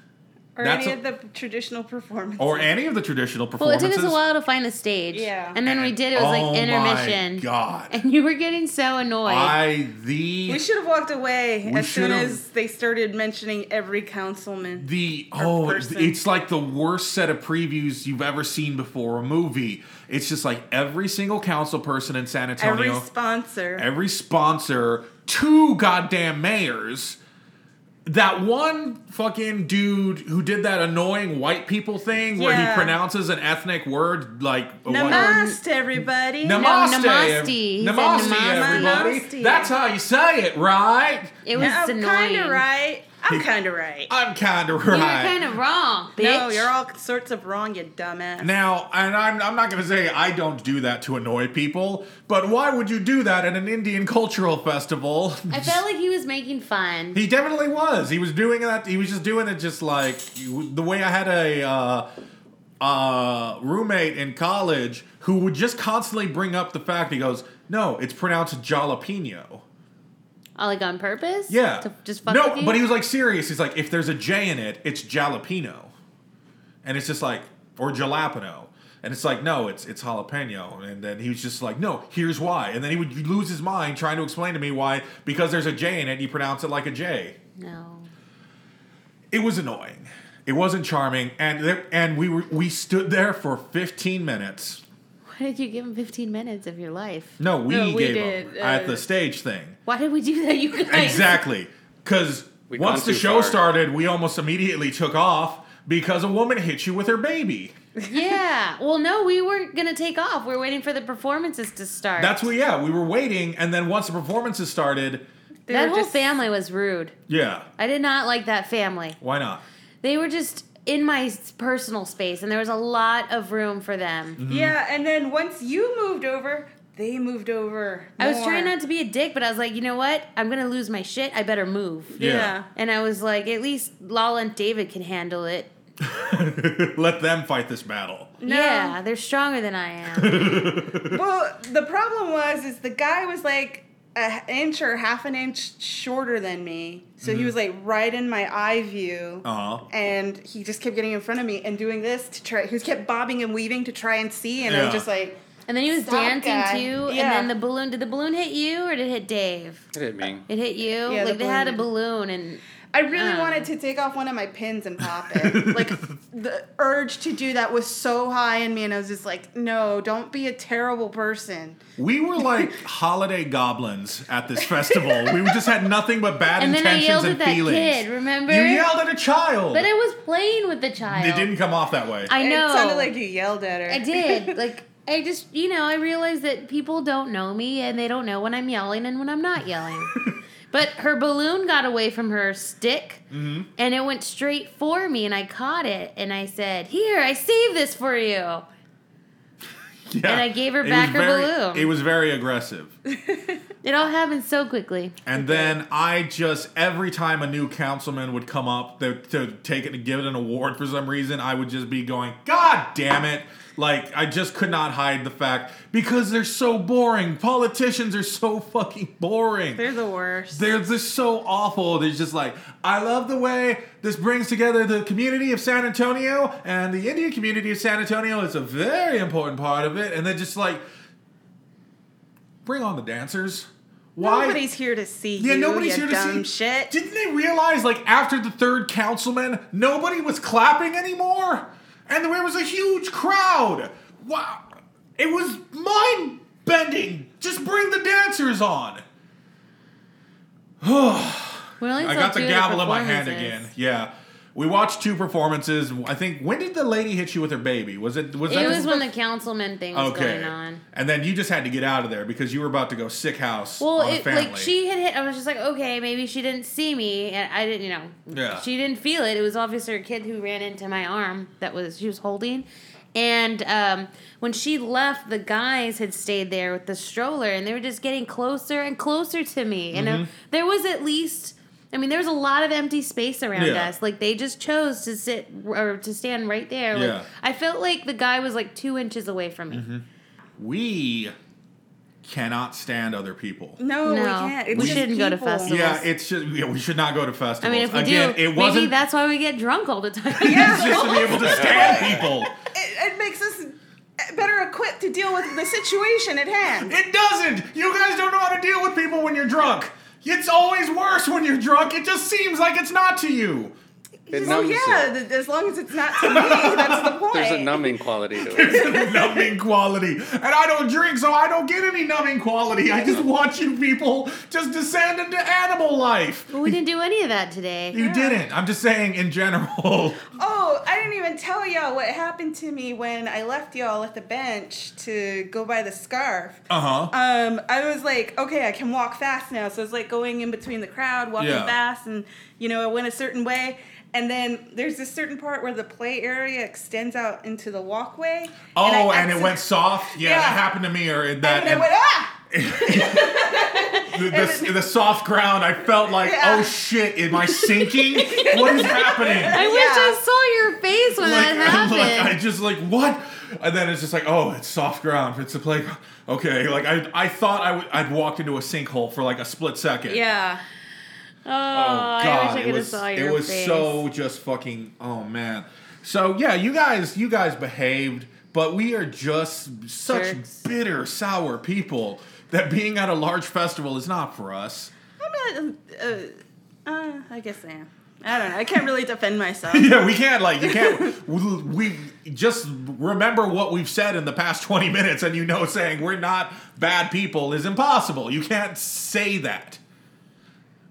Speaker 2: Or
Speaker 1: That's
Speaker 2: any
Speaker 1: a-
Speaker 2: of the traditional performances.
Speaker 1: or any of the traditional
Speaker 3: Well, it
Speaker 1: performances.
Speaker 3: took us a while to find a stage.
Speaker 2: Yeah.
Speaker 3: and then we did. It was
Speaker 1: Oh
Speaker 3: like
Speaker 1: my
Speaker 3: intermission.
Speaker 1: God,
Speaker 3: And you were getting so annoyed.
Speaker 1: I the
Speaker 2: We should have walked away
Speaker 1: We
Speaker 2: as soon
Speaker 1: should've-
Speaker 2: as they started mentioning every councilman.
Speaker 1: the oh,
Speaker 2: person.
Speaker 1: it's like the worst set of previews you've ever seen before a movie. It's just like every single council person in San Antonio,
Speaker 2: every sponsor.
Speaker 1: every sponsor, two goddamn mayors. That one fucking dude who did that annoying white people thing where he
Speaker 2: Yeah.
Speaker 1: pronounces an ethnic word like a white-
Speaker 2: Namaste, everybody.
Speaker 1: Namaste.
Speaker 3: namaste.
Speaker 1: ev-
Speaker 3: He said
Speaker 1: Namaste,
Speaker 3: namaste.
Speaker 1: everybody.
Speaker 2: Namaste.
Speaker 1: That's how you say it, right?
Speaker 3: it was
Speaker 2: I'm
Speaker 3: annoying.
Speaker 2: kind of right. I'm kind of right.
Speaker 1: I'm kind of
Speaker 3: You were
Speaker 1: right.
Speaker 3: kind of wrong, bitch.
Speaker 2: No, you're all sorts of wrong, you dumbass.
Speaker 1: now, and I'm, I'm not going to say I don't do that to annoy people, but why would you do that at an Indian cultural festival?
Speaker 3: I felt like he was making fun.
Speaker 1: he definitely was. He was doing that. He was just doing it just like you- the way I had a uh, uh, roommate in college who would just constantly bring up the fact he goes, no, it's pronounced jalapeno.
Speaker 3: Oh, like on purpose?
Speaker 1: Yeah.
Speaker 3: To just fuck
Speaker 1: No,
Speaker 3: with you?
Speaker 1: but he was like serious. He's like, if there's a J in it, it's jalapeno. And it's just like, or jalapeno. And it's like, no, it's it's jalapeno. And then he was just like, no, here's why. And then he would lose his mind trying to explain to me why, because there's a J in it, you pronounce it like a J.
Speaker 3: No.
Speaker 1: It was annoying. It wasn't charming. And there, and we were we stood there for 15 minutes.
Speaker 3: Why did you give him 15 minutes of your life?
Speaker 1: No, we,
Speaker 2: No, we
Speaker 1: gave
Speaker 2: did,
Speaker 1: up at
Speaker 2: uh,
Speaker 1: the stage thing.
Speaker 3: Why did we do that, you guys?
Speaker 1: Exactly. Because
Speaker 4: We've
Speaker 1: once
Speaker 4: gone
Speaker 1: the
Speaker 4: too
Speaker 1: show
Speaker 4: far.
Speaker 1: started, we almost immediately took off because a woman hit you with her baby.
Speaker 3: Yeah. Well, no, we weren't going to take off. We are waiting for the performances to start.
Speaker 1: That's what, yeah, we were waiting. And then once the performances started,
Speaker 2: They
Speaker 3: that
Speaker 2: were
Speaker 3: whole
Speaker 2: just-
Speaker 3: family was rude.
Speaker 1: yeah,
Speaker 3: I did not like that family.
Speaker 1: why not?
Speaker 3: They were just in my s- personal space, and there was a lot of room for them.
Speaker 1: Hmm.
Speaker 2: Yeah, and then once you moved over, they moved over.
Speaker 3: I was
Speaker 2: more.
Speaker 3: trying not to be a dick, but I was like, you know what? I'm going to lose my shit. I better move.
Speaker 1: Yeah.
Speaker 2: Yeah.
Speaker 3: And I was like, at least Lala and David can handle it.
Speaker 1: Let them fight this battle.
Speaker 3: Yeah, they're stronger than I am.
Speaker 2: Well, the problem was is the guy was like an inch or half an inch shorter than me, so
Speaker 1: Hmm.
Speaker 2: he was like right in my eye view,
Speaker 1: Uh huh.
Speaker 2: and he just kept getting in front of me and doing this to try. He was kept bobbing and weaving to try and see, and I
Speaker 1: Yeah.
Speaker 2: was just like,
Speaker 3: And then he was
Speaker 2: Stop,
Speaker 3: dancing
Speaker 2: guy.
Speaker 3: too.
Speaker 2: Yeah.
Speaker 3: And then the balloon. Did the balloon hit you or did it hit Dave?
Speaker 4: It hit me.
Speaker 3: It hit you.
Speaker 2: Yeah, the
Speaker 3: like they had a
Speaker 2: balloon.
Speaker 3: balloon and
Speaker 2: I really
Speaker 3: Ah.
Speaker 2: wanted to take off one of my pins and pop it. like the urge to do that was so high in me, and I was just like, no, don't be a terrible person.
Speaker 1: We were like holiday goblins at this festival. We just had nothing but bad
Speaker 3: And then I
Speaker 1: intentions
Speaker 3: yelled
Speaker 1: and
Speaker 3: at that
Speaker 1: feelings.
Speaker 3: kid, remember?
Speaker 1: You yelled at a child.
Speaker 3: But I was playing with the child.
Speaker 1: it didn't come off that way.
Speaker 3: I know.
Speaker 2: It sounded like you yelled at her.
Speaker 3: I did. Like I just, you know, I realized that people don't know me and they don't know when I'm yelling and when I'm not yelling. but her balloon got away from her stick
Speaker 1: Mm-hmm.
Speaker 3: and it went straight for me and I caught it and I said, "Here, I saved this for you."
Speaker 1: Yeah.
Speaker 3: And I gave her
Speaker 1: It
Speaker 3: back
Speaker 1: was
Speaker 3: her
Speaker 1: very-
Speaker 3: balloon.
Speaker 1: It was very aggressive.
Speaker 3: It all happened so quickly.
Speaker 1: And then I just every time a new councilman would come up to, to take it to give it an award for some reason, I would just be going, "God damn it!" Like I just could not hide the fact because they're so boring. Politicians are so fucking boring.
Speaker 2: They're the worst.
Speaker 1: They're just so awful. They're just like, I love the way this brings together the community of San Antonio and the Indian community of San Antonio is a very important part of it. And they're just like, bring on the dancers. Why?
Speaker 2: Nobody's here to see
Speaker 1: yeah,
Speaker 2: you.
Speaker 1: nobody's
Speaker 2: you
Speaker 1: here to see.
Speaker 2: dumb shit.
Speaker 1: Didn't they realize, like, after the third councilman, nobody was clapping anymore? And there was a huge crowd. Wow. It was mind bending. Just bring the dancers on.
Speaker 3: We only
Speaker 1: I
Speaker 3: saw
Speaker 1: got the
Speaker 3: two of
Speaker 1: gavel in my hand
Speaker 3: performances.
Speaker 1: again. Yeah. We watched two performances. I think when did the lady hit you with her baby? Was it was that
Speaker 3: It
Speaker 1: the-
Speaker 3: was when the councilman thing was
Speaker 1: okay?
Speaker 3: going on.
Speaker 1: And then you just had to get out of there because you were about to go sick house.
Speaker 3: Well,
Speaker 1: on a
Speaker 3: it,
Speaker 1: family.
Speaker 3: like she had hit. I was just like, okay, maybe she didn't see me, and I didn't, you know,
Speaker 1: Yeah.
Speaker 3: she didn't feel it. It was obviously a kid who ran into my arm that was she was holding, and um, when she left, the guys had stayed there with the stroller, and they were just getting closer and closer to me. And
Speaker 1: Mm-hmm.
Speaker 3: uh, there was at least. I mean, there was a lot of empty space around
Speaker 1: Yeah.
Speaker 3: us. Like they just chose to sit or to stand right there. Like,
Speaker 1: Yeah. Mm-hmm.
Speaker 3: I felt like the guy was like two inches away from me.
Speaker 1: we cannot stand other people.
Speaker 2: No, we
Speaker 3: No,
Speaker 2: can't. It's
Speaker 3: we
Speaker 2: just
Speaker 3: shouldn't go to
Speaker 2: people.
Speaker 3: festivals.
Speaker 1: Yeah, it's just yeah, we should not go to festivals.
Speaker 3: I mean, if we
Speaker 1: Again,
Speaker 3: do,
Speaker 1: it wasn't
Speaker 3: maybe that's why we get drunk all the time.
Speaker 1: it's just to be able to stand people.
Speaker 2: It, it makes us better equipped to deal with the situation at hand.
Speaker 1: It doesn't. You guys don't know how to deal with people when you're drunk. It's always worse when you're drunk. It just seems like it's not to you.
Speaker 4: It
Speaker 2: Oh
Speaker 4: numbs
Speaker 2: yeah,
Speaker 4: it.
Speaker 2: th- as long as it's not to me, that's the point.
Speaker 4: There's a numbing quality to it.
Speaker 1: numbing quality. And I don't drink, so I don't get any numbing quality. I just want you people just descend into animal life.
Speaker 3: Well, we didn't do any of that today.
Speaker 1: You didn't. I'm just saying in general.
Speaker 2: Oh, I didn't even tell y'all what happened to me when I left y'all at the bench to go buy the scarf.
Speaker 1: Uh huh.
Speaker 2: Um, I was like, okay, I can walk fast now. So I was like going in between the crowd, walking
Speaker 1: Yeah.
Speaker 2: fast, and you know, I went a certain way. And then there's this certain part where the play area extends out into the walkway.
Speaker 1: Oh,
Speaker 2: I
Speaker 1: and it went
Speaker 2: accident-
Speaker 1: soft. Yeah,
Speaker 2: Yeah.
Speaker 1: that happened to me. Or that
Speaker 2: And I went ah.
Speaker 1: the, the, the soft ground. I felt like,
Speaker 2: Yeah.
Speaker 1: oh shit, am I sinking? what is happening?
Speaker 3: I wish I saw your face when
Speaker 1: like,
Speaker 3: that happened.
Speaker 1: like, I just like what, and then it's just like oh, it's soft ground. It's a playground. Okay, like I I thought I would I'd walked into a sinkhole for like a split second.
Speaker 2: Yeah.
Speaker 3: oh,
Speaker 1: Oh
Speaker 3: I
Speaker 1: god,
Speaker 3: wish I
Speaker 1: it
Speaker 3: could have
Speaker 1: was
Speaker 3: saw
Speaker 1: it
Speaker 3: your
Speaker 1: was
Speaker 3: face.
Speaker 1: so just fucking oh man. So yeah, you guys you guys behaved, but we are just such
Speaker 3: Jerks.
Speaker 1: bitter sour people that being at a large festival is not for us.
Speaker 2: I'm not. Uh, uh, I guess I am. I don't know. I can't really defend myself.
Speaker 1: Yeah, we can't like you can't. we we- just remember what we've said in the past twenty minutes, and you know, saying we're not bad people is impossible. You can't say that.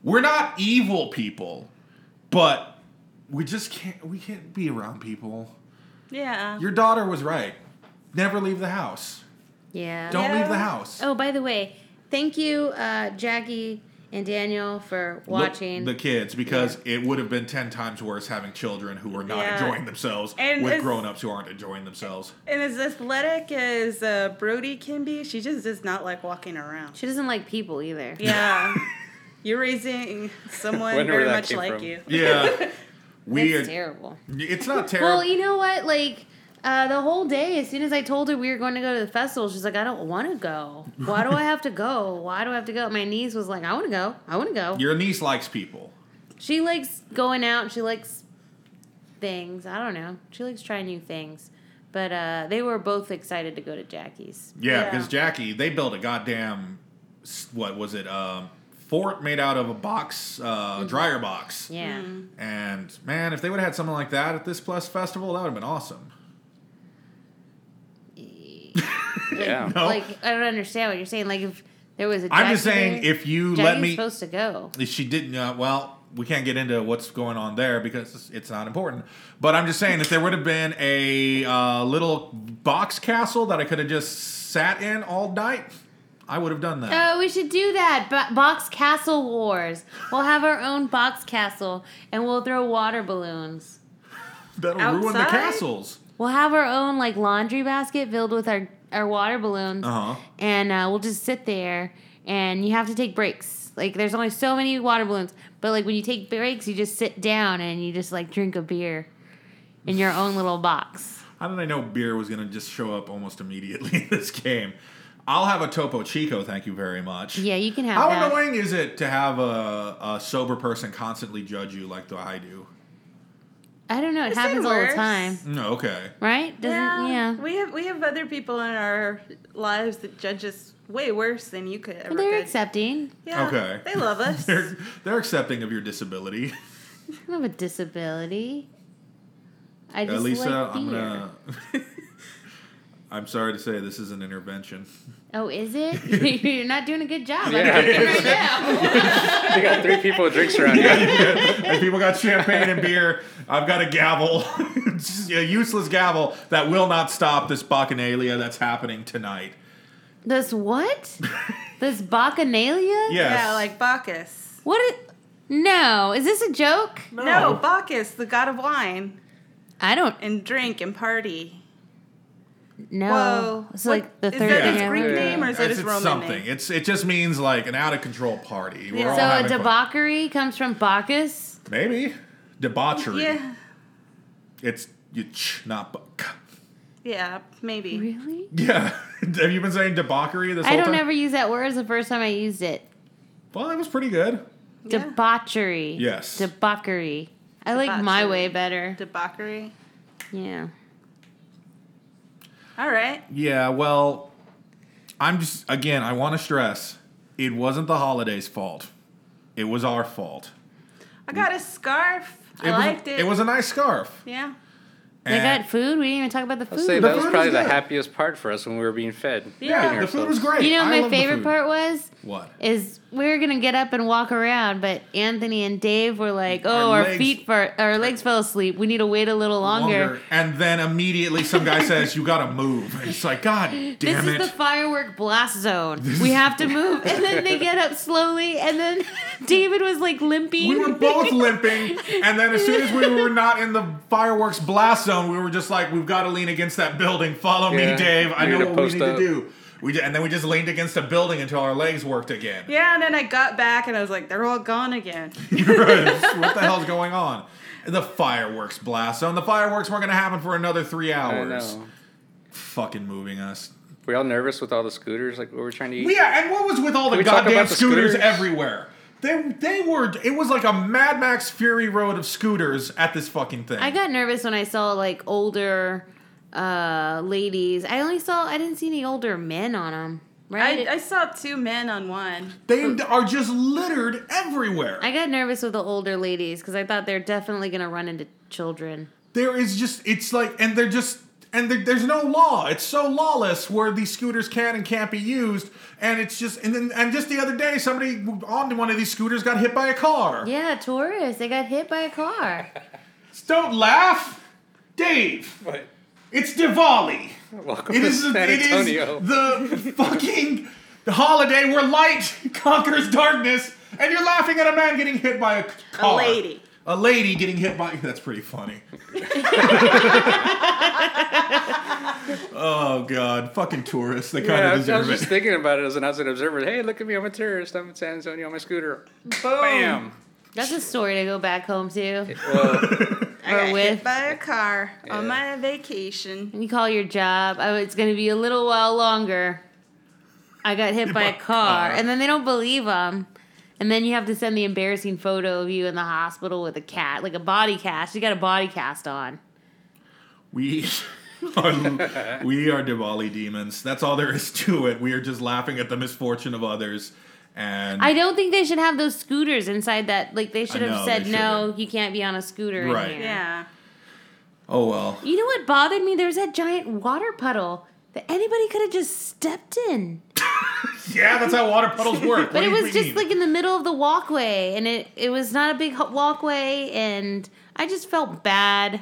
Speaker 1: We're not evil people, but we just can't. We can't be around people.
Speaker 2: yeah.
Speaker 1: Your daughter was right. Never leave the house.
Speaker 3: yeah.
Speaker 1: Don't leave the
Speaker 2: Yeah.
Speaker 1: house.
Speaker 3: Oh, by the way, thank you, uh, Jackie and Daniel, for
Speaker 1: Look,
Speaker 3: watching.
Speaker 1: the kids because it would have been 10 times worse having children who are not
Speaker 2: Yeah.
Speaker 1: enjoying themselves
Speaker 2: And
Speaker 1: with
Speaker 2: it's-
Speaker 1: grown-ups who aren't enjoying themselves
Speaker 2: And as athletic as uh, Brody can be, she just does not like walking around.
Speaker 3: she doesn't like people either.
Speaker 2: Yeah. You're raising someone
Speaker 4: Wonder where
Speaker 2: very
Speaker 4: that
Speaker 2: much
Speaker 4: came
Speaker 2: like
Speaker 4: from.
Speaker 2: you.
Speaker 1: Yeah. Weird.
Speaker 3: That's terrible.
Speaker 1: It's not terrible.
Speaker 3: Well, you know what? Like uh, the whole day, as soon as I told her we were going to go to the festival, she's like, "I don't want to go. Why do I have to go? Why do I have to go?" My niece was like, "I want to go. I want to go."
Speaker 1: Your niece likes people.
Speaker 3: she likes going out. and She likes things. I don't know. She likes trying new things. But uh, they were both excited to go to Jackie's.
Speaker 1: Yeah,
Speaker 2: Yeah.
Speaker 1: because Jackie, they built a goddamn s- what was it? Um, fort made out of a box, uh, dryer box.
Speaker 3: Mm-hmm. Yeah.
Speaker 1: And man, if they would have had something like that at this Plus Festival, that would have been awesome.
Speaker 4: Yeah.
Speaker 1: No.
Speaker 3: Like I don't understand what you're saying. Like if there was a
Speaker 1: I'm just
Speaker 3: Jackie
Speaker 1: saying,
Speaker 3: there,
Speaker 1: if you
Speaker 3: Jackie's
Speaker 1: let me,
Speaker 3: supposed to go.
Speaker 1: if she didn't. Uh, well, we can't get into what's going on there because it's not important. But I'm just saying, if there would have been a uh, little box castle that I could have just sat in all night, I would have done that.
Speaker 3: Oh, we should do that. Bo- box castle wars. We'll have our own box castle and we'll throw water balloons.
Speaker 1: That'll ruin the
Speaker 2: Outside?
Speaker 1: castles.
Speaker 3: We'll have our own like laundry basket filled with our, our water balloons.
Speaker 1: Uh huh.
Speaker 3: And uh, we'll just sit there and you have to take breaks. Like there's only so many water balloons, but like when you take breaks, you just sit down and you just like drink a beer in your own little box.
Speaker 1: How did I know beer was going to just show up almost immediately in this game? I'll have a Topo Chico, thank you very much.
Speaker 3: Yeah, you can have
Speaker 1: How
Speaker 3: that.
Speaker 1: annoying is it to have a, a sober person constantly judge you like the I do?
Speaker 3: I don't know. It
Speaker 2: Is it
Speaker 3: happens all the
Speaker 2: worse?
Speaker 3: time,
Speaker 1: No, okay.
Speaker 3: right? Doesn't yeah.
Speaker 2: We have we have other people in our lives that judge us way worse than you could ever.
Speaker 3: Well, they're
Speaker 2: could.
Speaker 3: accepting.
Speaker 2: Yeah,
Speaker 1: Okay.
Speaker 2: They love us.
Speaker 1: They're, they're accepting of your disability.
Speaker 3: I don't have a disability. I just
Speaker 1: Elisa,
Speaker 3: like
Speaker 1: uh, I'm
Speaker 3: beer.
Speaker 1: gonna. I'm sorry to say this is an intervention.
Speaker 3: Oh, is it? You're not doing a good job.
Speaker 4: Yeah.
Speaker 3: I'm drinking right now.
Speaker 4: They got three people with drinks around you.
Speaker 1: If people got champagne and beer, I've got a gavel, Just a useless gavel that will not stop this bacchanalia that's happening tonight.
Speaker 3: this what? This bacchanalia?
Speaker 1: Yes.
Speaker 2: Yeah, like Bacchus.
Speaker 3: What? Is, no. Is this a joke?
Speaker 2: No. Bacchus, the god of wine
Speaker 3: I don't
Speaker 2: and drink and party.
Speaker 3: know.
Speaker 2: Whoa.
Speaker 3: Oh, It's
Speaker 2: What-
Speaker 3: like the
Speaker 2: is
Speaker 3: third
Speaker 2: that
Speaker 1: Yeah.
Speaker 3: thing
Speaker 2: its
Speaker 3: I
Speaker 2: Greek
Speaker 3: heard.
Speaker 2: name or is it
Speaker 1: It's,
Speaker 2: its
Speaker 1: it's
Speaker 2: Roman
Speaker 1: something.
Speaker 2: name?
Speaker 1: It's it just means like an out of control party. We're
Speaker 2: Yeah.
Speaker 1: all
Speaker 3: So a
Speaker 1: having fun.
Speaker 3: debauchery comes from Bacchus.
Speaker 1: Maybe debauchery.
Speaker 2: Yeah,
Speaker 1: It's you ch, not bu- k.
Speaker 2: yeah, maybe.
Speaker 3: Really?
Speaker 1: Yeah. Have you been saying debauchery this
Speaker 3: I
Speaker 1: whole
Speaker 3: don't
Speaker 1: time?
Speaker 3: ever use that word. It's the first time I used it.
Speaker 1: well, that was pretty good.
Speaker 2: Yeah.
Speaker 3: Debauchery.
Speaker 1: Yes.
Speaker 3: Debauchery. I like my
Speaker 2: Debauchery.
Speaker 3: way better.
Speaker 2: Debauchery.
Speaker 3: yeah.
Speaker 2: All right.
Speaker 1: Yeah. Well, I'm just again. I want to stress it wasn't the holidays' fault. It was our fault.
Speaker 2: I got a scarf. I
Speaker 1: It was-
Speaker 2: liked it.
Speaker 1: It was a nice scarf.
Speaker 2: yeah.
Speaker 3: They
Speaker 1: And-
Speaker 3: got food. We didn't even talk about the
Speaker 4: I'll say
Speaker 3: food.
Speaker 1: The
Speaker 4: that was
Speaker 1: food
Speaker 4: probably
Speaker 1: was
Speaker 4: the
Speaker 1: good.
Speaker 4: happiest part for us when we were being fed.
Speaker 1: yeah,
Speaker 4: Feeding
Speaker 1: the food was
Speaker 4: ourselves.
Speaker 1: great.
Speaker 3: You
Speaker 1: I
Speaker 3: know, what my
Speaker 1: love the
Speaker 3: favorite
Speaker 1: food.
Speaker 3: part was
Speaker 1: What?
Speaker 3: is we were gonna get up and walk around, but Anthony and Dave were like, "Oh,
Speaker 1: Our
Speaker 3: our,
Speaker 1: legs-
Speaker 3: feet, for, our legs fell asleep. We need to wait a little longer."
Speaker 1: Longer. And then immediately some guy says, "You gotta move." And It's like, God damn
Speaker 3: This
Speaker 1: it!
Speaker 3: is the firework blast zone. We have to move, and then they get up slowly, and then David was like limping.
Speaker 1: We were both limping, and then as soon as we were not in the fireworks blast zone, we were just like, "We've got to lean against that building. Follow
Speaker 4: Yeah.
Speaker 1: me, Dave. I
Speaker 4: We
Speaker 1: know
Speaker 4: need to
Speaker 1: what we
Speaker 4: post
Speaker 1: need
Speaker 4: up."
Speaker 1: to do." We ju- and then we just leaned against a building until our legs worked again.
Speaker 2: Yeah, and then I got back and I was like, they're all gone again.
Speaker 1: what the hell's going on? The fireworks blast zone. The fireworks weren't going to happen for another three
Speaker 4: I
Speaker 1: hours.
Speaker 4: know.
Speaker 1: Fucking moving us.
Speaker 4: Were y'all nervous with all the scooters? Like, we were trying to eat?
Speaker 1: Yeah, and what was with all the
Speaker 4: we talk
Speaker 1: goddamn
Speaker 4: about the
Speaker 1: scooters,
Speaker 4: scooters?
Speaker 1: everywhere? They, they were. It was like a Mad Max Fury Road of scooters at this fucking thing.
Speaker 3: I got nervous when I saw like older uh, ladies. I only saw I didn't see any older men on them.
Speaker 2: I,
Speaker 3: Right?
Speaker 2: I saw two men on one.
Speaker 1: They are just littered everywhere.
Speaker 3: I got nervous with the older ladies because I thought they're definitely gonna run into children.
Speaker 1: there is just, it's like, and they're just, and there, there's no law. It's so lawless where these scooters can and can't be used. And it's just, and then, and just the other day, somebody on one of these scooters got hit by a car.
Speaker 3: Yeah, Taurus. They got hit by a car.
Speaker 1: Don't laugh, Dave.
Speaker 4: But
Speaker 1: It's Diwali.
Speaker 4: welcome
Speaker 1: It
Speaker 4: to
Speaker 1: is,
Speaker 4: San
Speaker 1: it is
Speaker 4: Antonio.
Speaker 1: the fucking holiday where light conquers darkness, and you're laughing at a man getting hit by a c- car.
Speaker 2: lady.
Speaker 1: A lady getting hit by. That's pretty funny. oh god, fucking tourists. They kind
Speaker 4: yeah, I
Speaker 1: of
Speaker 4: was, I was
Speaker 1: deserve
Speaker 4: just
Speaker 1: it.
Speaker 4: thinking about it as an outside observer. Hey, look at me. I'm a terrorist. I'm in San Antonio on my scooter. Bam.
Speaker 3: That's a story to go back home to.
Speaker 4: Well,
Speaker 2: I
Speaker 3: Or
Speaker 2: got
Speaker 3: with-
Speaker 2: hit by a car on
Speaker 4: Yeah.
Speaker 2: my vacation.
Speaker 3: You call your job. Oh, it's going to be a little while longer. I got hit by a
Speaker 1: uh.
Speaker 3: car. And then they don't believe them. And then you have to send the embarrassing photo of you in the hospital with a cat, like a body cast. You got a body cast on.
Speaker 1: We are, we are Diwali demons. That's all there is to it. We are just laughing at the misfortune of others. And
Speaker 3: I don't think they should have those scooters inside that. Like, they should
Speaker 1: I
Speaker 3: have
Speaker 1: know,
Speaker 3: said,
Speaker 1: they
Speaker 3: no, you can't be on a scooter
Speaker 1: Right.
Speaker 3: in here.
Speaker 2: Yeah.
Speaker 1: oh well.
Speaker 3: You know what bothered me? There was that giant water puddle that anybody could have just stepped in.
Speaker 1: Yeah, that's how water puddles work.
Speaker 3: But it was just like in the middle of the walkway, and it, it was not a big ho- walkway, and I just felt bad.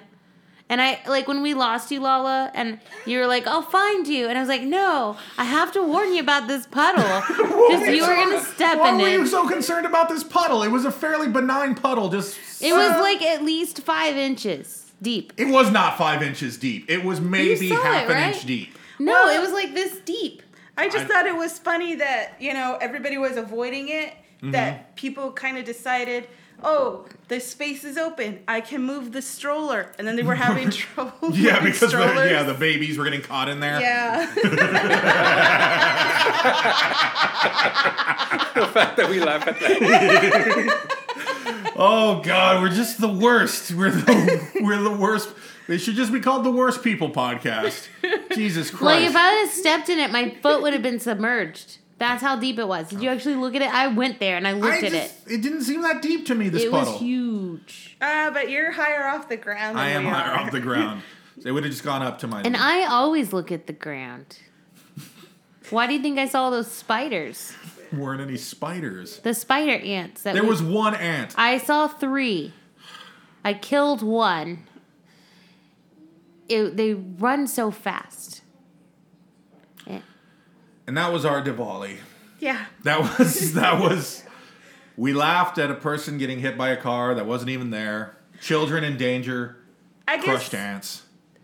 Speaker 3: And I like when we lost you, Lala, and you were like, "I'll find you," and I was like, "No, I have to warn you about this puddle because you were gonna step
Speaker 1: Why
Speaker 3: in
Speaker 1: were you
Speaker 3: it."
Speaker 1: so concerned about this puddle? It was a fairly benign puddle. Just
Speaker 3: It was like at least five inches deep.
Speaker 1: it was not five inches deep. It was maybe
Speaker 3: saw
Speaker 1: half
Speaker 3: it,
Speaker 1: an
Speaker 3: right?
Speaker 1: inch deep.
Speaker 3: No,
Speaker 2: Well-
Speaker 3: it was like this deep.
Speaker 2: I just
Speaker 1: I-
Speaker 2: thought it was funny that, you know, everybody was avoiding it,
Speaker 1: Mm-hmm.
Speaker 2: that people kind of decided, oh, the space is open. I can move the stroller. And then they were having trouble.
Speaker 1: Yeah,
Speaker 2: moving
Speaker 1: because the,
Speaker 2: strollers.
Speaker 1: yeah, the babies were getting caught in there.
Speaker 2: Yeah.
Speaker 4: the fact that we laugh at that.
Speaker 1: Oh God, we're just the worst. We're the we're the worst. They should just be called the worst people podcast. Jesus Christ.
Speaker 3: Like if I had stepped in it, my foot would have been submerged. That's how deep it was. Did you actually look at it? I went there and I
Speaker 1: I
Speaker 3: looked at it.
Speaker 1: just- didn't seem that deep to me. This
Speaker 3: It
Speaker 1: puddle.
Speaker 3: was huge.
Speaker 2: uh, but you're higher off the ground. Than
Speaker 1: I am
Speaker 2: we
Speaker 1: higher
Speaker 2: are.
Speaker 1: off the ground. They would have just gone up to my.
Speaker 3: And
Speaker 1: knee.
Speaker 3: I always look at the ground. Why do you think I saw those spiders?
Speaker 1: weren't any spiders.
Speaker 3: The spider ants that
Speaker 1: There
Speaker 3: we-
Speaker 1: was one ant.
Speaker 3: I saw three. I killed one. It, they run so fast. Eh.
Speaker 1: And that was our Diwali.
Speaker 2: Yeah.
Speaker 1: That was that was we laughed at a person getting hit by a car that wasn't even there. Children in danger,
Speaker 2: I guess
Speaker 1: crushed ants.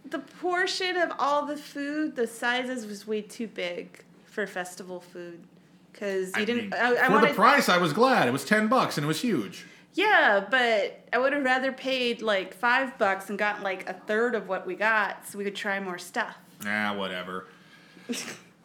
Speaker 2: the portion of all the food, the sizes was way too big for festival food. Because you
Speaker 1: I
Speaker 2: didn't.
Speaker 1: mean,
Speaker 2: I, I
Speaker 1: for
Speaker 2: wanted,
Speaker 1: the price, I was glad. It was ten bucks and it was huge.
Speaker 2: Yeah, but I would have rather paid like five bucks and gotten like a third of what we got so we could try more stuff.
Speaker 1: Nah, whatever.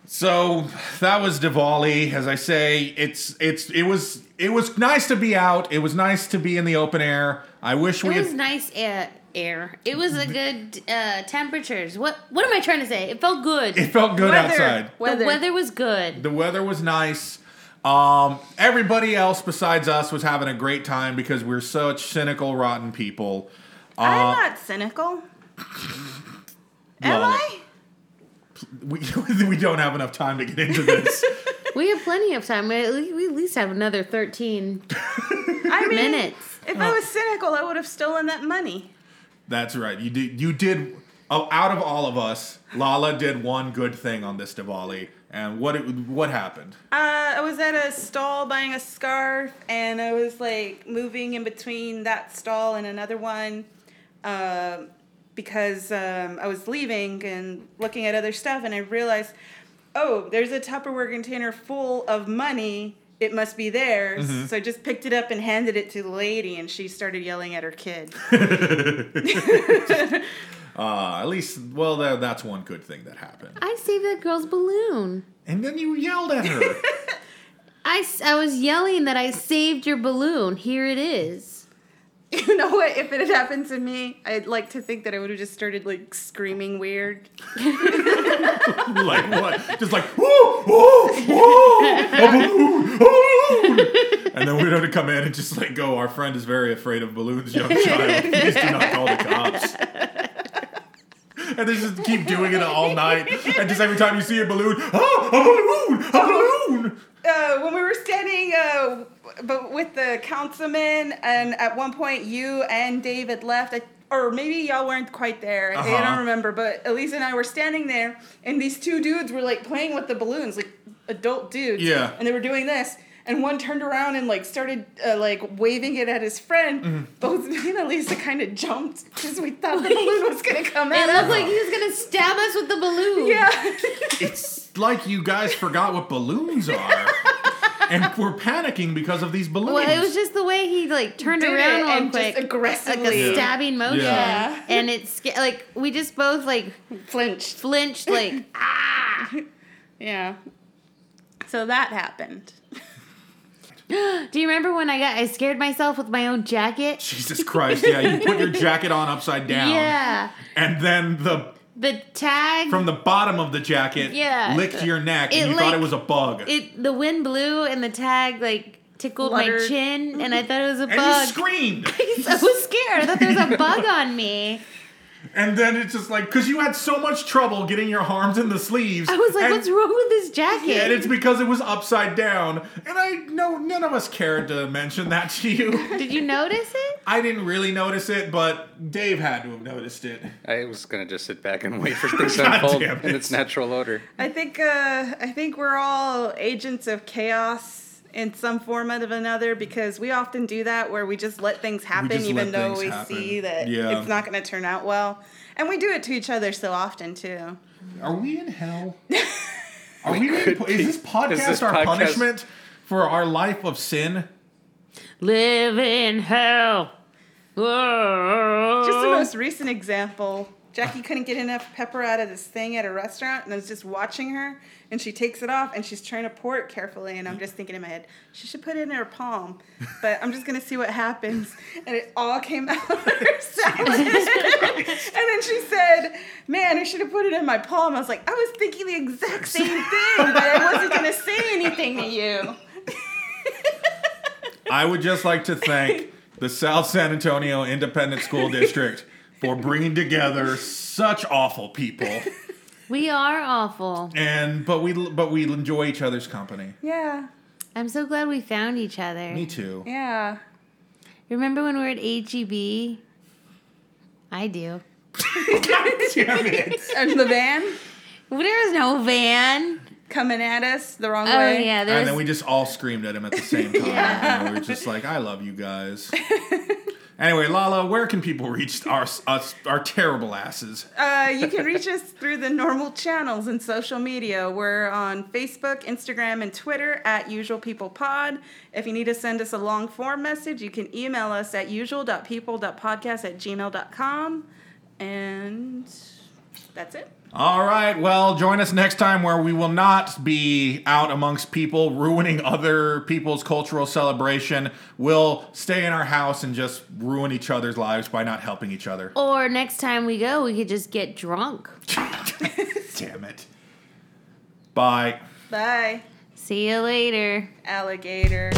Speaker 1: So that was Diwali. As I say, it's it's it was it was nice to be out. It was nice to be in the open air. I wish we
Speaker 3: It was
Speaker 1: had
Speaker 3: nice air. air. It was a good uh, temperatures. What What am I trying to say? It felt good.
Speaker 1: it felt good
Speaker 2: Weather.
Speaker 1: outside.
Speaker 2: Weather.
Speaker 3: The weather was good.
Speaker 1: The weather was nice. Um, everybody else besides us was having a great time because we're such cynical, rotten people. Uh,
Speaker 2: I'm not cynical. Am
Speaker 1: Lala.
Speaker 2: I?
Speaker 1: We, we don't have enough time to get into this.
Speaker 3: we have plenty of time. We at least- we at least have another thirteen
Speaker 2: I mean,
Speaker 3: minutes.
Speaker 2: if I was cynical, I would have stolen that money.
Speaker 1: That's right. You did. You did. Oh, out of all of us, Lala did one good thing on this Diwali, and what it, what happened?
Speaker 2: Uh, I was at a stall buying a scarf, and I was like moving in between that stall and another one um because um, I was leaving and looking at other stuff, and I realized, oh, there's a Tupperware container full of money. It must be theirs. So I just picked it up and handed it to the lady, and she started yelling at her kid.
Speaker 1: Uh, at least, well, tha- that's one good thing that happened.
Speaker 3: I saved that girl's balloon.
Speaker 1: And then you yelled at her.
Speaker 3: I, s- I was yelling that I saved your balloon. Here it is.
Speaker 2: You know what? If it had happened to me, I'd like to think that I would have just started like screaming weird.
Speaker 1: like what? Just like woo, woo, woo, a balloon, a balloon. And then we'd have to come in and just like go. Our friend is very afraid of balloons, young child. Please do not call the cops. And they just keep doing it all night. And just every time you see a balloon, ah, a balloon, a balloon.
Speaker 2: uh, when we were standing uh, but with the councilman, and at one point you and David left, I, or maybe y'all weren't quite there. I
Speaker 1: Uh-huh.
Speaker 2: don't remember, but Elise and I were standing there, and these two dudes were like playing with the balloons, like adult dudes.
Speaker 1: Yeah.
Speaker 2: And they were doing this. And one turned around and like started uh, like waving it at his friend.
Speaker 1: Mm-hmm.
Speaker 2: Both me and Elisa kind of jumped because we thought the balloon was gonna come
Speaker 3: It
Speaker 2: at
Speaker 3: looked
Speaker 2: us.
Speaker 3: like he was gonna stab us with the balloon.
Speaker 2: Yeah.
Speaker 1: It's like you guys forgot what balloons are. and we're panicking because of these balloons.
Speaker 3: Well, it was just the way he like turned
Speaker 2: Did
Speaker 3: around
Speaker 2: it
Speaker 3: one
Speaker 2: and
Speaker 3: quick,
Speaker 2: just
Speaker 3: like
Speaker 2: aggressively
Speaker 3: a stabbing motion,
Speaker 1: Yeah.
Speaker 3: and it's sca- like we just both like
Speaker 2: flinched.
Speaker 3: flinched, like
Speaker 2: Yeah. So that happened.
Speaker 3: Do you remember when I got I scared myself with my own jacket?
Speaker 1: Jesus Christ! Yeah, you put your jacket on upside down,
Speaker 3: Yeah.
Speaker 1: and then the
Speaker 3: The tag
Speaker 1: from the bottom of the jacket
Speaker 3: Yeah.
Speaker 1: licked your neck,
Speaker 3: It
Speaker 1: and you thought it
Speaker 3: like-
Speaker 1: was a bug.
Speaker 3: it the wind blew and the tag like tickled my
Speaker 2: Fluttered.
Speaker 3: chin and I thought it was a
Speaker 1: and
Speaker 3: bug.
Speaker 1: you screamed,
Speaker 3: I was scared. I thought there was a bug on me.
Speaker 1: and then it's just like because you had so much trouble getting your arms in the sleeves.
Speaker 3: I was like,
Speaker 1: and-
Speaker 3: what's wrong with this jacket?
Speaker 1: And it's because it was upside down, and I know none of us cared to mention that to you.
Speaker 3: Did you notice it?
Speaker 1: I didn't really notice it, but Dave had to have noticed it.
Speaker 4: I was gonna just sit back and wait for things to
Speaker 1: God
Speaker 4: unfold
Speaker 1: damn
Speaker 4: in
Speaker 1: it.
Speaker 4: its natural order.
Speaker 2: I think uh, I think we're all agents of chaos in some form of another because we often do that where we just let things happen
Speaker 1: just
Speaker 2: even
Speaker 1: let
Speaker 2: though
Speaker 1: things
Speaker 2: we
Speaker 1: happen.
Speaker 2: see that
Speaker 1: Yeah.
Speaker 2: it's not going to turn out well. And we do it to each other so often too.
Speaker 1: Are we in hell? Are we? being,
Speaker 4: could
Speaker 1: is this
Speaker 4: be.
Speaker 1: podcast
Speaker 4: Is this
Speaker 1: our
Speaker 4: podcast-
Speaker 1: punishment for our life of sin?
Speaker 3: Live in hell. Whoa.
Speaker 2: Just the most recent example. Jackie couldn't get enough pepper out of this thing at a restaurant, and I was just watching her, and she takes it off, and she's trying to pour it carefully, and I'm just thinking in my head, she should put it in her palm, but I'm just gonna see what happens, and it all came out of her salad. and then she said, "Man, I should have put it in my palm." I was like, I was thinking the exact same thing, but I wasn't gonna say anything to you.
Speaker 1: I would just like to thank the South San Antonio Independent School District for bringing together such awful people.
Speaker 3: we are awful.
Speaker 1: And but we but we enjoy each other's company.
Speaker 2: Yeah,
Speaker 3: I'm so glad we found each other.
Speaker 1: Me too.
Speaker 2: yeah.
Speaker 3: Remember when we were at HEB? I do.
Speaker 1: Damn it.
Speaker 2: And the van
Speaker 3: Well, There was no van.
Speaker 2: coming at us the wrong
Speaker 3: Oh
Speaker 2: way.
Speaker 3: yeah, there
Speaker 1: And
Speaker 3: was.
Speaker 1: then we just all screamed at him at the same time.
Speaker 3: Yeah.
Speaker 1: And we were just like, "I love you guys." Anyway, Lala, where can people reach our us our terrible asses?
Speaker 2: Uh, you can reach us through the normal channels and social media. We're on Facebook, Instagram, and Twitter at Usual People Pod. If you need to send us a long form message, you can email us at usual.people.podcast at gmail.com. And that's it.
Speaker 1: All right. Well, join us next time where we will not be out amongst people ruining other people's cultural celebration. We'll stay in our house and just ruin each other's lives by not helping each other.
Speaker 3: or next time we go, we could just get drunk.
Speaker 1: Damn it. Bye.
Speaker 2: Bye,
Speaker 3: See you later.
Speaker 2: alligator.